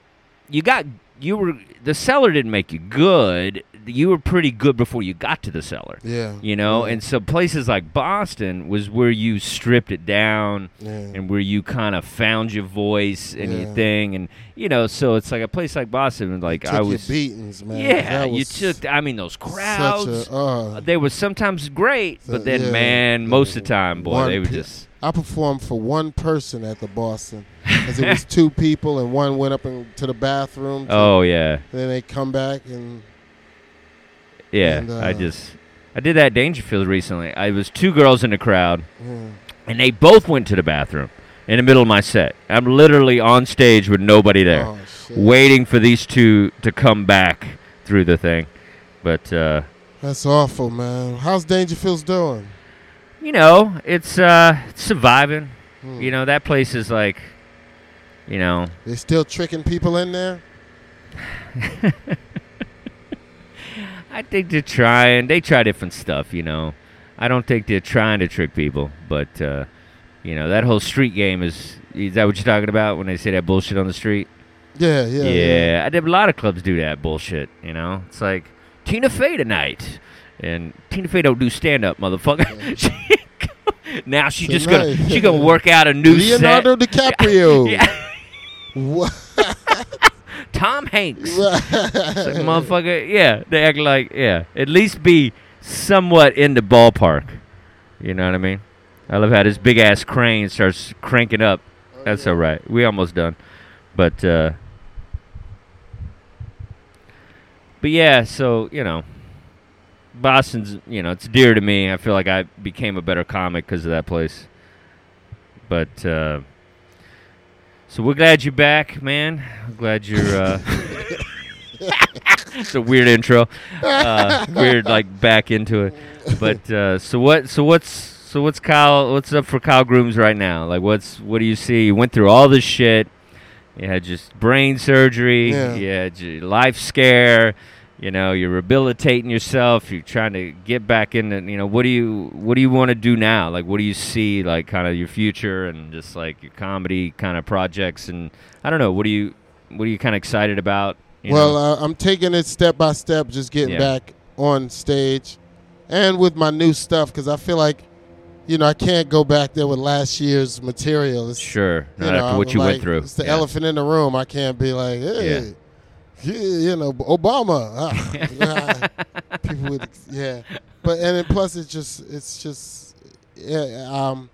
Speaker 2: you got you were the cellar didn't make you good. You were pretty good before you got to the cellar.
Speaker 3: Yeah.
Speaker 2: You know,
Speaker 3: Mm-hmm.
Speaker 2: and so places like Boston was where you stripped it down
Speaker 3: Yeah.
Speaker 2: and where you kind of found your voice and your
Speaker 3: Yeah.
Speaker 2: thing and you know, so it's like a place like Boston and like
Speaker 3: took
Speaker 2: I was
Speaker 3: your beatings, man.
Speaker 2: Yeah,
Speaker 3: That
Speaker 2: you
Speaker 3: was
Speaker 2: took I mean those
Speaker 3: such a-
Speaker 2: crowds
Speaker 3: uh,
Speaker 2: they were sometimes great, but
Speaker 3: So,
Speaker 2: then
Speaker 3: yeah,
Speaker 2: man, most of the time, boy,
Speaker 3: one
Speaker 2: they were
Speaker 3: pe-
Speaker 2: just
Speaker 3: I performed for one person at the Boston, because it
Speaker 2: <laughs>
Speaker 3: was two people, and one went up in, to the bathroom. to-
Speaker 2: Oh yeah.
Speaker 3: and then they come back and
Speaker 2: Yeah.
Speaker 3: And,
Speaker 2: I
Speaker 3: uh,
Speaker 2: just I did that at Dangerfield recently. I it was two girls in the crowd.
Speaker 3: yeah,
Speaker 2: and they both went to the bathroom in the middle of my set. I'm literally on stage with nobody there,
Speaker 3: Oh, shit.
Speaker 2: waiting for these two to come back through the thing. But uh,
Speaker 3: that's awful, man. How's Dangerfields doing?
Speaker 2: you know, it's uh, it's surviving.
Speaker 3: Hmm.
Speaker 2: You know, that place is like, you know,
Speaker 3: They still tricking people in there?
Speaker 2: I think they're trying. They try different stuff. You know, I don't think they're trying to trick people, but uh, you know, that whole street game is. Is that what you're talking about when they say that bullshit on the street?
Speaker 3: Yeah, yeah,
Speaker 2: Yeah,
Speaker 3: yeah.
Speaker 2: I did. A lot of clubs do that bullshit. You know, it's like Tina Fey tonight, and Tina Fey don't do stand up, motherfucker. <laughs> She- now she just gonna
Speaker 3: Tonight.
Speaker 2: she gonna work out a new
Speaker 3: <laughs> Leonardo
Speaker 2: set.
Speaker 3: DiCaprio.
Speaker 2: <laughs> Yeah,
Speaker 3: What?
Speaker 2: <laughs> Tom Hanks. It's like, motherfucker. Yeah, they act like yeah. At least be somewhat in the ballpark. You know what I mean? I love how this big ass crane starts cranking up. That's all right. We almost done, but uh, but yeah. So you know, Boston's you know it's dear to me. I feel like I became a better comic because of that place. But uh, so we're glad you're back, man. I'm glad you're. Uh, <laughs> it's a weird intro, uh, weird like back into it. But uh, so what? So what's so what's Kyle? What's up for Kyle Grooms right now? Like what's what do you see? You went through all this shit. You had just brain surgery.
Speaker 3: Yeah.
Speaker 2: You had your life scare. You know, you're rehabilitating yourself. You're trying to get back into. You know, what do you what do you want to do now? Like, what do you see? Like, kind of your future and just like your comedy kind of projects and I don't know. What do you what are you kind of excited about? You
Speaker 3: well,
Speaker 2: know?
Speaker 3: uh, I'm taking it step by step, just getting
Speaker 2: Yeah.
Speaker 3: back on stage and with my new stuff because I feel like, you know, I can't go back there with last year's material. It's,
Speaker 2: Sure.
Speaker 3: you
Speaker 2: Not
Speaker 3: know,
Speaker 2: after
Speaker 3: I'm
Speaker 2: what you
Speaker 3: like-
Speaker 2: went through.
Speaker 3: It's the
Speaker 2: Yeah.
Speaker 3: elephant in the room. I can't be like, hey, yeah. you know, Obama. ah,
Speaker 2: <laughs>
Speaker 3: ah, <laughs> people would, yeah. But and then plus, it's just, it's just, yeah. Um,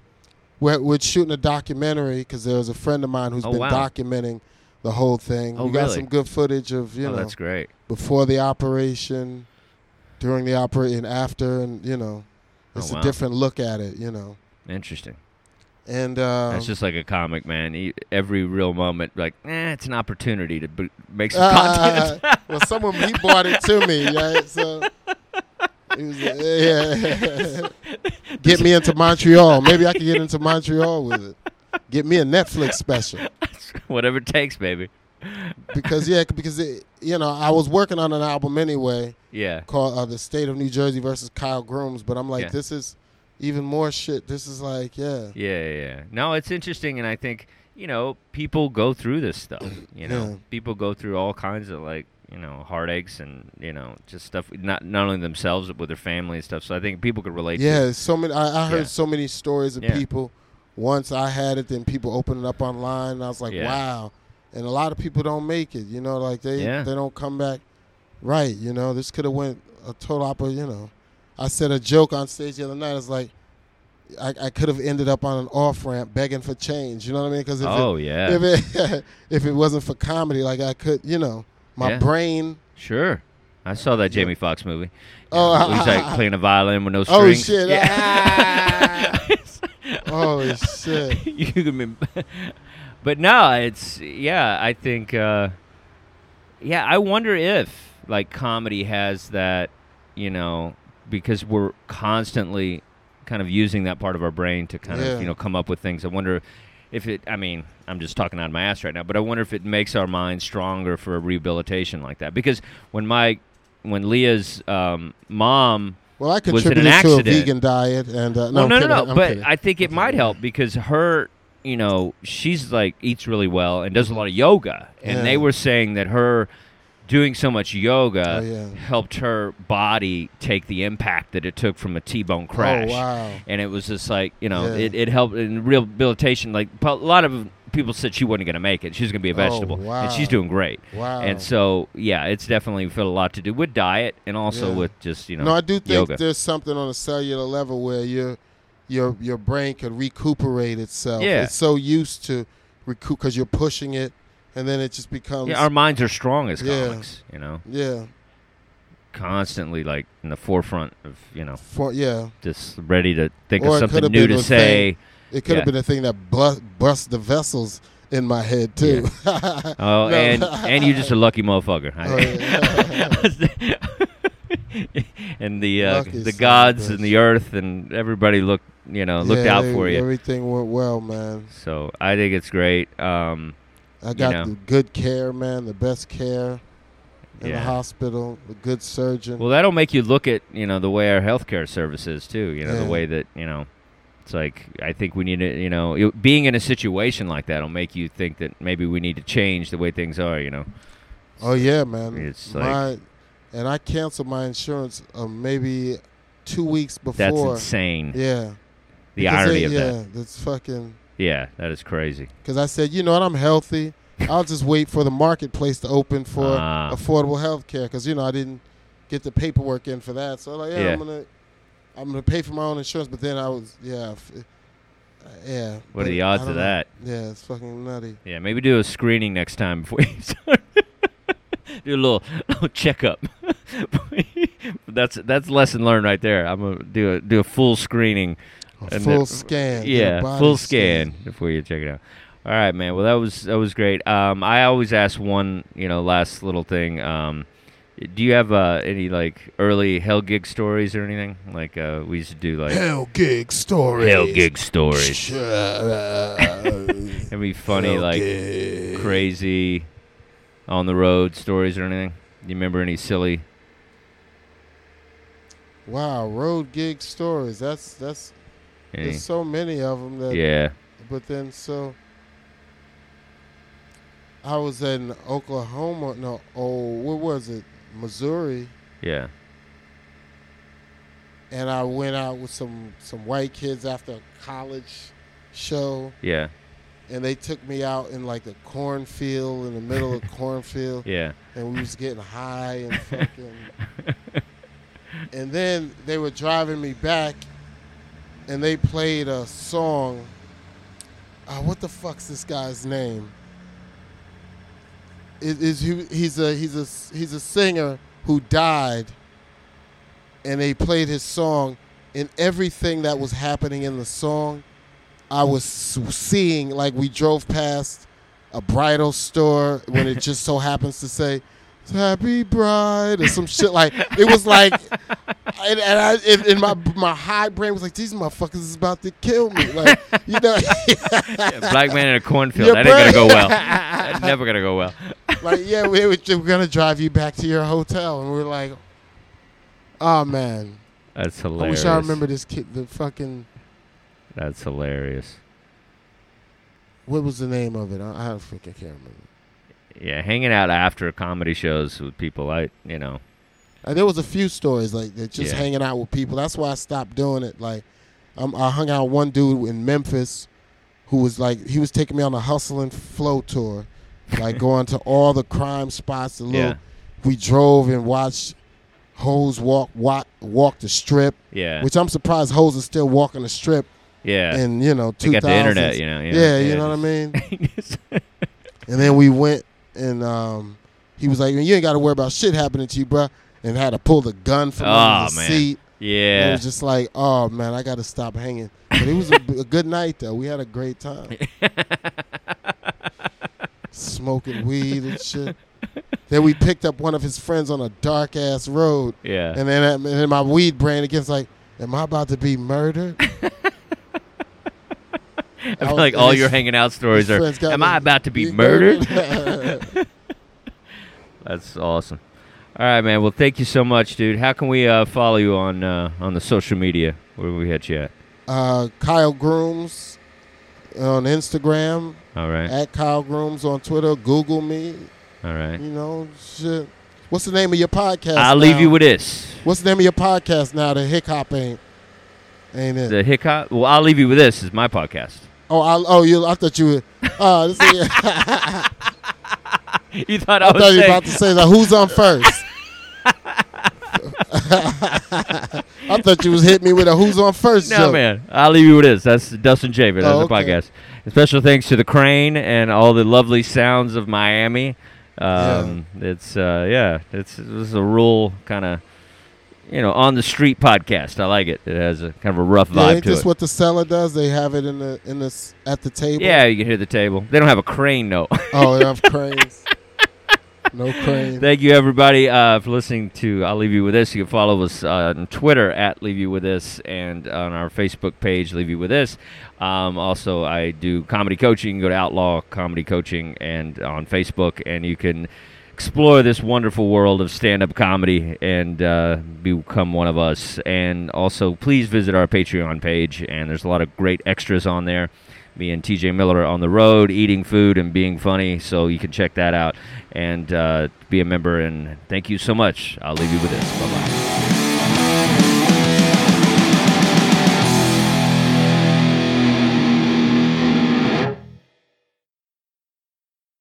Speaker 3: we're, we're shooting a documentary because there was a friend of mine who's
Speaker 2: Oh,
Speaker 3: been
Speaker 2: wow.
Speaker 3: documenting the whole thing.
Speaker 2: Oh,
Speaker 3: we got
Speaker 2: really?
Speaker 3: some good footage of you
Speaker 2: oh,
Speaker 3: know
Speaker 2: that's great.
Speaker 3: before the operation, during the operation, and after, and you know,
Speaker 2: Oh,
Speaker 3: it's
Speaker 2: wow.
Speaker 3: a different look at it, you know.
Speaker 2: Interesting.
Speaker 3: And uh,
Speaker 2: That's just like a comic, man. E- Every real moment, like, eh, it's an opportunity to b- make some
Speaker 3: Uh,
Speaker 2: <laughs> content.
Speaker 3: <laughs> well, someone he bought it to me, right? So it was, yeah. get me into Montreal. Maybe I can get into Montreal with it. Get me a Netflix special
Speaker 2: Whatever it takes, baby.
Speaker 3: because yeah, because it, you know I was working on an album anyway
Speaker 2: Yeah.
Speaker 3: called uh, "The State of New Jersey versus Kyle Grooms," but I'm like,
Speaker 2: Yeah.
Speaker 3: this is even more shit. This is like, yeah,
Speaker 2: Yeah, yeah, yeah. No, it's interesting, and I think you know people go through this stuff. You know,
Speaker 3: Yeah.
Speaker 2: people go through all kinds of like you know heartaches and you know just stuff not not only themselves but with their family and stuff. So I think people could relate.
Speaker 3: yeah.
Speaker 2: to
Speaker 3: it's So many. I, I heard
Speaker 2: Yeah.
Speaker 3: so many stories of
Speaker 2: Yeah.
Speaker 3: people. Once I had it, then people opened it up online, and I was like,
Speaker 2: Yeah.
Speaker 3: wow. And a lot of people don't make it. You know, like they
Speaker 2: Yeah.
Speaker 3: they don't come back. Right. You know, this could have went a total opera. You know, I said a joke on stage the other night. It's like. I, I could have ended up on an off ramp begging for change. You know what I mean? Because if, it-
Speaker 2: Oh yeah,
Speaker 3: if it <laughs> if it wasn't for comedy, like I could, you know, my
Speaker 2: Yeah.
Speaker 3: brain.
Speaker 2: sure. I saw that Jamie Foxx movie.
Speaker 3: Oh,
Speaker 2: he's like
Speaker 3: <laughs>
Speaker 2: playing a violin with no
Speaker 3: Oh
Speaker 2: strings.
Speaker 3: shit!
Speaker 2: Yeah.
Speaker 3: <laughs>
Speaker 2: <laughs>
Speaker 3: Ah. oh shit!
Speaker 2: you can be, <laughs> but no, it's yeah. I think, uh, yeah. I wonder if like comedy has that, you know, because we're constantly kind of using that part of our brain to kind
Speaker 3: Yeah.
Speaker 2: of you know come up with things. I wonder if it. I mean, I'm just talking out of my ass right now, but I wonder if it makes our mind stronger for a rehabilitation like that. Because when my when Leah's um, mom
Speaker 3: Well, I
Speaker 2: Was it
Speaker 3: contributed
Speaker 2: an
Speaker 3: to a
Speaker 2: accident?
Speaker 3: vegan diet, and uh, no,
Speaker 2: well,
Speaker 3: I'm
Speaker 2: no,
Speaker 3: kidding,
Speaker 2: no, no.
Speaker 3: I'm
Speaker 2: but
Speaker 3: kidding.
Speaker 2: I think it might help because her, you know, she's like eats really well and does a lot of yoga, and
Speaker 3: Yeah.
Speaker 2: they were saying that her doing so much yoga
Speaker 3: Oh, yeah.
Speaker 2: helped her body take the impact that it took from a T-bone crash.
Speaker 3: Oh, wow.
Speaker 2: And it was just like you know,
Speaker 3: Yeah.
Speaker 2: it, it helped in rehabilitation. Like po- a lot of people said she wasn't going to make it; she was going to be a
Speaker 3: Oh,
Speaker 2: vegetable, and she's
Speaker 3: wow.
Speaker 2: doing great.
Speaker 3: Wow.
Speaker 2: And so yeah, it's definitely got a lot to do with diet and also
Speaker 3: Yeah.
Speaker 2: with just you know.
Speaker 3: No, I do think
Speaker 2: yoga.
Speaker 3: there's something on a cellular level where your your your brain could recuperate itself.
Speaker 2: Yeah.
Speaker 3: It's so used to recoup because you're pushing it, and then it just becomes
Speaker 2: Yeah, our minds are strong as
Speaker 3: Yeah.
Speaker 2: comics, you know,
Speaker 3: yeah,
Speaker 2: constantly like in the forefront of, you know,
Speaker 3: for, yeah.
Speaker 2: just ready to think
Speaker 3: Or
Speaker 2: of
Speaker 3: it
Speaker 2: something
Speaker 3: could've
Speaker 2: new
Speaker 3: been
Speaker 2: to
Speaker 3: the
Speaker 2: say.
Speaker 3: It could
Speaker 2: Yeah.
Speaker 3: have been a thing that bust, bust the vessels in my head too. <laughs>
Speaker 2: Oh,
Speaker 3: No.
Speaker 2: and and you're
Speaker 3: <laughs>
Speaker 2: just a lucky motherfucker.
Speaker 3: Oh,
Speaker 2: <laughs> and the uh,
Speaker 3: Lucky
Speaker 2: the
Speaker 3: son of a
Speaker 2: gods and
Speaker 3: bitch.
Speaker 2: the earth and everybody looked, you know, looked
Speaker 3: Yeah,
Speaker 2: out
Speaker 3: they-
Speaker 2: for you.
Speaker 3: Everything went well, man.
Speaker 2: so I think it's great. Um,
Speaker 3: I got
Speaker 2: know.
Speaker 3: the good care, man. The best care in
Speaker 2: Yeah.
Speaker 3: the hospital. The good surgeon.
Speaker 2: Well, that'll make you look at you know the way our healthcare service is too. You know the
Speaker 3: Yeah.
Speaker 2: way that you know it's like I think we need to you know it, being in a situation like that'll make you think that maybe we need to change the way things are. You know,
Speaker 3: Oh yeah, man.
Speaker 2: It's
Speaker 3: my, and I canceled my insurance uh, maybe two weeks before.
Speaker 2: that's insane.
Speaker 3: Yeah.
Speaker 2: the
Speaker 3: Because
Speaker 2: irony
Speaker 3: it-
Speaker 2: of
Speaker 3: yeah,
Speaker 2: that.
Speaker 3: that's fucking.
Speaker 2: Yeah, that is crazy.
Speaker 3: Because I said, you know what, I'm healthy. I'll just wait for the marketplace to open for
Speaker 2: Ah.
Speaker 3: affordable health care. Because you know I didn't get the paperwork in for that. So like, yeah,
Speaker 2: Yeah.
Speaker 3: I'm gonna, I'm gonna pay for my own insurance. But then I was, yeah, f- uh, yeah.
Speaker 2: What are
Speaker 3: but
Speaker 2: the
Speaker 3: I
Speaker 2: odds
Speaker 3: don't
Speaker 2: of
Speaker 3: know.
Speaker 2: that?
Speaker 3: Yeah, it's fucking nutty.
Speaker 2: Yeah, maybe do a screening next time before you <laughs> start. do a little, <laughs> little checkup. <laughs> that's that's lesson learned right there. I'm gonna do a do a full screening.
Speaker 3: A
Speaker 2: And
Speaker 3: full
Speaker 2: it-
Speaker 3: scan. your
Speaker 2: Yeah,
Speaker 3: body
Speaker 2: full scan before you check it out. All right, man. Well, that was that was great. Um, I always ask one, you know, last little thing. Um, do you have uh, any like early hell gig stories or anything? Like uh, we used to do like hell,
Speaker 3: Hell gig stories.
Speaker 2: gig stories.
Speaker 3: Sure.
Speaker 2: It'd be <laughs> funny,
Speaker 3: Hell
Speaker 2: like
Speaker 3: gig.
Speaker 2: crazy on the road stories or anything. You remember any silly?
Speaker 3: Wow, road gig stories. That's that's
Speaker 2: Any?
Speaker 3: there's so many of them that.
Speaker 2: Yeah.
Speaker 3: But then so. I was in Oklahoma. No, oh, where was it? Missouri,
Speaker 2: Yeah.
Speaker 3: and I went out with some some white kids after a college show,
Speaker 2: Yeah.
Speaker 3: and they took me out in like a cornfield in the
Speaker 2: <laughs>
Speaker 3: middle of a cornfield.
Speaker 2: Yeah.
Speaker 3: and we was getting high and fucking. and then they were driving me back, and they played a song. Uh, what the fuck's this guy's name? Is, is he, he's a he's a he's a singer who died, and they played his song, and everything that was happening in the song, I was s- seeing like we drove past a bridal store when it just so happens to say happy bride or some shit like it was like and, and I and, and my my high brain was like these motherfuckers is about to kill me like you know <laughs>
Speaker 2: Yeah, Black man in a cornfield.
Speaker 3: Yeah,
Speaker 2: that ain't gonna go
Speaker 3: bro.
Speaker 2: well.
Speaker 3: <laughs>
Speaker 2: That's never gonna go well.
Speaker 3: like yeah we were, just gonna drive you back to your hotel and we are like oh man
Speaker 2: That's
Speaker 3: I
Speaker 2: hilarious.
Speaker 3: wish I remember this kid the fucking
Speaker 2: That's hilarious.
Speaker 3: what was the name of it I, I freaking can't remember
Speaker 2: Yeah, hanging out after comedy shows with people, I you know,
Speaker 3: Uh, there was a few stories like that, just
Speaker 2: Yeah.
Speaker 3: hanging out with people. That's why I stopped doing it. Like, um, I hung out with one dude in Memphis, who was like, he was taking me on a hustle and flow tour,
Speaker 2: <laughs>
Speaker 3: like going to all the crime spots. The little,
Speaker 2: Yeah.
Speaker 3: we drove and watched hoes walk walk walk the strip,
Speaker 2: yeah,
Speaker 3: which I'm surprised hoes are still walking the strip.
Speaker 2: yeah.
Speaker 3: And you know,
Speaker 2: They
Speaker 3: two
Speaker 2: got the
Speaker 3: thousand.
Speaker 2: internet, you know, yeah,
Speaker 3: yeah,
Speaker 2: <laughs>
Speaker 3: you
Speaker 2: yeah,
Speaker 3: know what I mean. And then we went, and um, he was like, "You ain't got to worry about shit happening to you, bruh. And had to pull the gun from
Speaker 2: Oh,
Speaker 3: under the
Speaker 2: man.
Speaker 3: seat. And It
Speaker 2: yeah.
Speaker 3: was just like, "Oh man, I got to stop hanging." But it was a, a good night though. We had a
Speaker 2: <laughs>
Speaker 3: great time, smoking weed and shit. Then we picked up one of his friends on a dark ass road,
Speaker 2: Yeah. <laughs>
Speaker 3: and then and then my weed brain again's like, "Am I about to be murdered?"
Speaker 2: I feel like all your hanging out stories are
Speaker 3: <laughs>
Speaker 2: am I about to be murdered? <laughs> That's awesome. All right, man. Well, thank you so much, dude. How can we uh, follow you on uh, on the social media? Where we hit you at?
Speaker 3: Uh, Kyle Grooms on Instagram,
Speaker 2: All right.
Speaker 3: at Kyle Grooms on Twitter. Google me.
Speaker 2: All right.
Speaker 3: You know, shit. What's the name of your podcast?
Speaker 2: I'll leave
Speaker 3: now?
Speaker 2: you with this.
Speaker 3: What's the name of your podcast now? The hip hop ain't ain't it?
Speaker 2: The hiccup. Well, I'll leave you with this. Is my podcast. <laughs>
Speaker 3: oh, I, oh, you. I thought you. Were, uh, this is, <laughs>
Speaker 2: You thought I,
Speaker 3: I
Speaker 2: was
Speaker 3: thought you were
Speaker 2: saying,
Speaker 3: about to say that. Who's
Speaker 2: <laughs>
Speaker 3: on first? <laughs> I thought you was hitting me with a "Who's on first
Speaker 2: No,
Speaker 3: joke.
Speaker 2: man. I'll leave you with this. That's Dustin Javid. That's
Speaker 3: Oh,
Speaker 2: the
Speaker 3: okay.
Speaker 2: podcast. And special thanks to the crane and all the lovely sounds of Miami. Um, It's uh, yeah, it's this is a real kind of you know on the street podcast. I like it. It has a kind of a rough
Speaker 3: Yeah,
Speaker 2: vibe
Speaker 3: ain't
Speaker 2: to
Speaker 3: this
Speaker 2: it.
Speaker 3: what the seller does? They have it in the in the s- at the table.
Speaker 2: yeah, you can hear the table. They don't have a crane though.
Speaker 3: Oh, they have cranes. no crane.
Speaker 2: Thank you, everybody, uh, for listening to I'll Leave You With This. You can follow us uh, on Twitter at Leave You With This and on our Facebook page, Leave You With This. Um, also, I do comedy coaching. You can go to Outlaw Comedy Coaching and on Facebook, and you can explore this wonderful world of stand up comedy and uh, become one of us. And also, please visit our Patreon page, and there's a lot of great extras on there me and TJ Miller are on the road eating food and being funny. So you can check that out and uh, be a member. And thank you so much. I'll leave you with this. Bye bye.